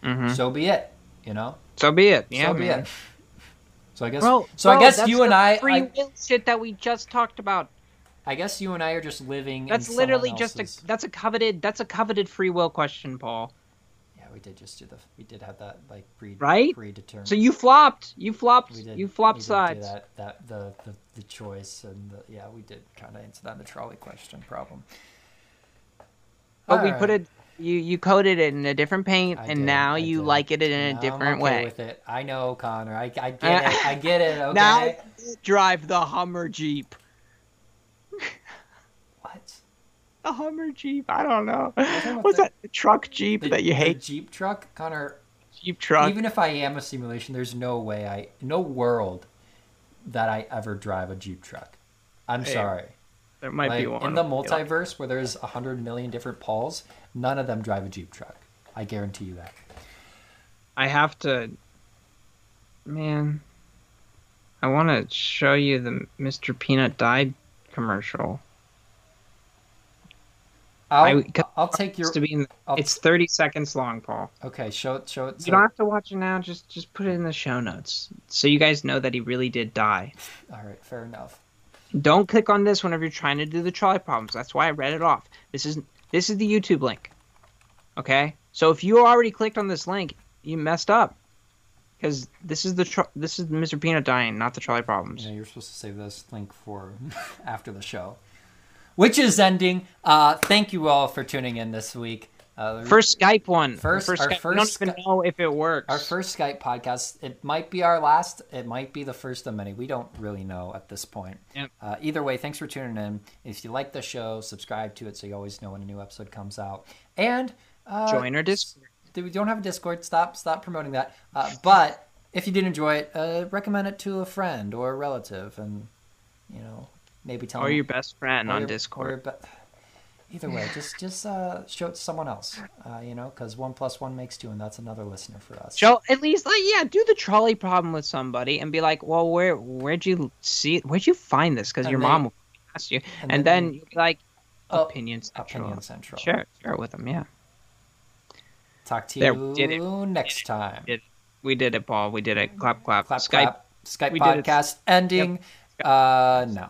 Mhm. so be it, you know? so be it. Yeah, so be man. it. So I guess, Bro, so I bro, guess that's you and the I, free I, will shit that we just talked about. I guess you and I are just living. in That's someone literally just else's- a that's a coveted that's a coveted free will question, Paul. Yeah, we did just do the. We did have that like pre Right? predetermined. So you flopped. You flopped. we did, You flopped we did do sides. that, that the, the the choice and the, yeah, we did kind of answer that in the trolley question problem. But we Alright. put it you you coated it in a different paint I and did, now I you did. like it in a Now I'm different okay way. With it, I know, Connor. I, I get Uh, it. I get it. Okay. Now you drive the Hummer Jeep. what? The Hummer Jeep. I don't know. talking about What's the- that the truck Jeep that you the hate? Jeep truck, Connor. Jeep truck. Even if I am a simulation, there's no way I, no world, that I ever drive a Jeep truck. I'm Hey, sorry. there might be Like, one. in the I feel like. multiverse where there's a hundred million different Pauls, none of them drive a Jeep truck. I guarantee you that. I have to. Man, I want to show you the Mr. Peanut died commercial. I'll, I- I'll take your. It's to be in. I'll- It's thirty seconds long, Paul. okay, show it. Show it. You don't have to watch it now. Just just put it in the show notes so you guys know that he really did die. all right, fair enough. Don't click on this whenever you're trying to do the trolley problems. That's why I read it off. This is this is the YouTube link. Okay? So if you already clicked on this link, you messed up. Cuz this is the tro- this is Mr. Peanut dying, not the trolley problems. Yeah, you're supposed to save this link for after the show, which is ending. Uh, thank you all for tuning in this week. Uh, First Skype one. First- First our Skype- I don't first even Sky- know if it works. our first Skype podcast. It might be our last. It might be the first of many. We don't really know at this point. Yep. Uh, either way, thanks for tuning in. If you like the show, subscribe to it so you always know when a new episode comes out. And uh, Join our Discord. Dude, we don't have a Discord. Stop, stop promoting that. Uh, but if you did enjoy it, uh, recommend it to a friend or a relative, and you know, maybe tell or them your best friend or on your- or your Discord. be- either way, just just uh, show it to someone else. Uh, you know, because one plus one makes two, and that's another listener for us. Joe, at least like yeah, do the trolley problem with somebody and be like, "Well, where where'd you see it? Where'd you find this?" Because And your they- mom will ask you, and and, then- then, you'll be like, Oh, "Opinions, Opinion Central. Share, share it with them. Yeah. Talk to There, you did it. next time. Did it. We did it, Paul. We did it. Clap, clap. Clap, Skype. clap. Skype We did it. podcast ending. Uh, no.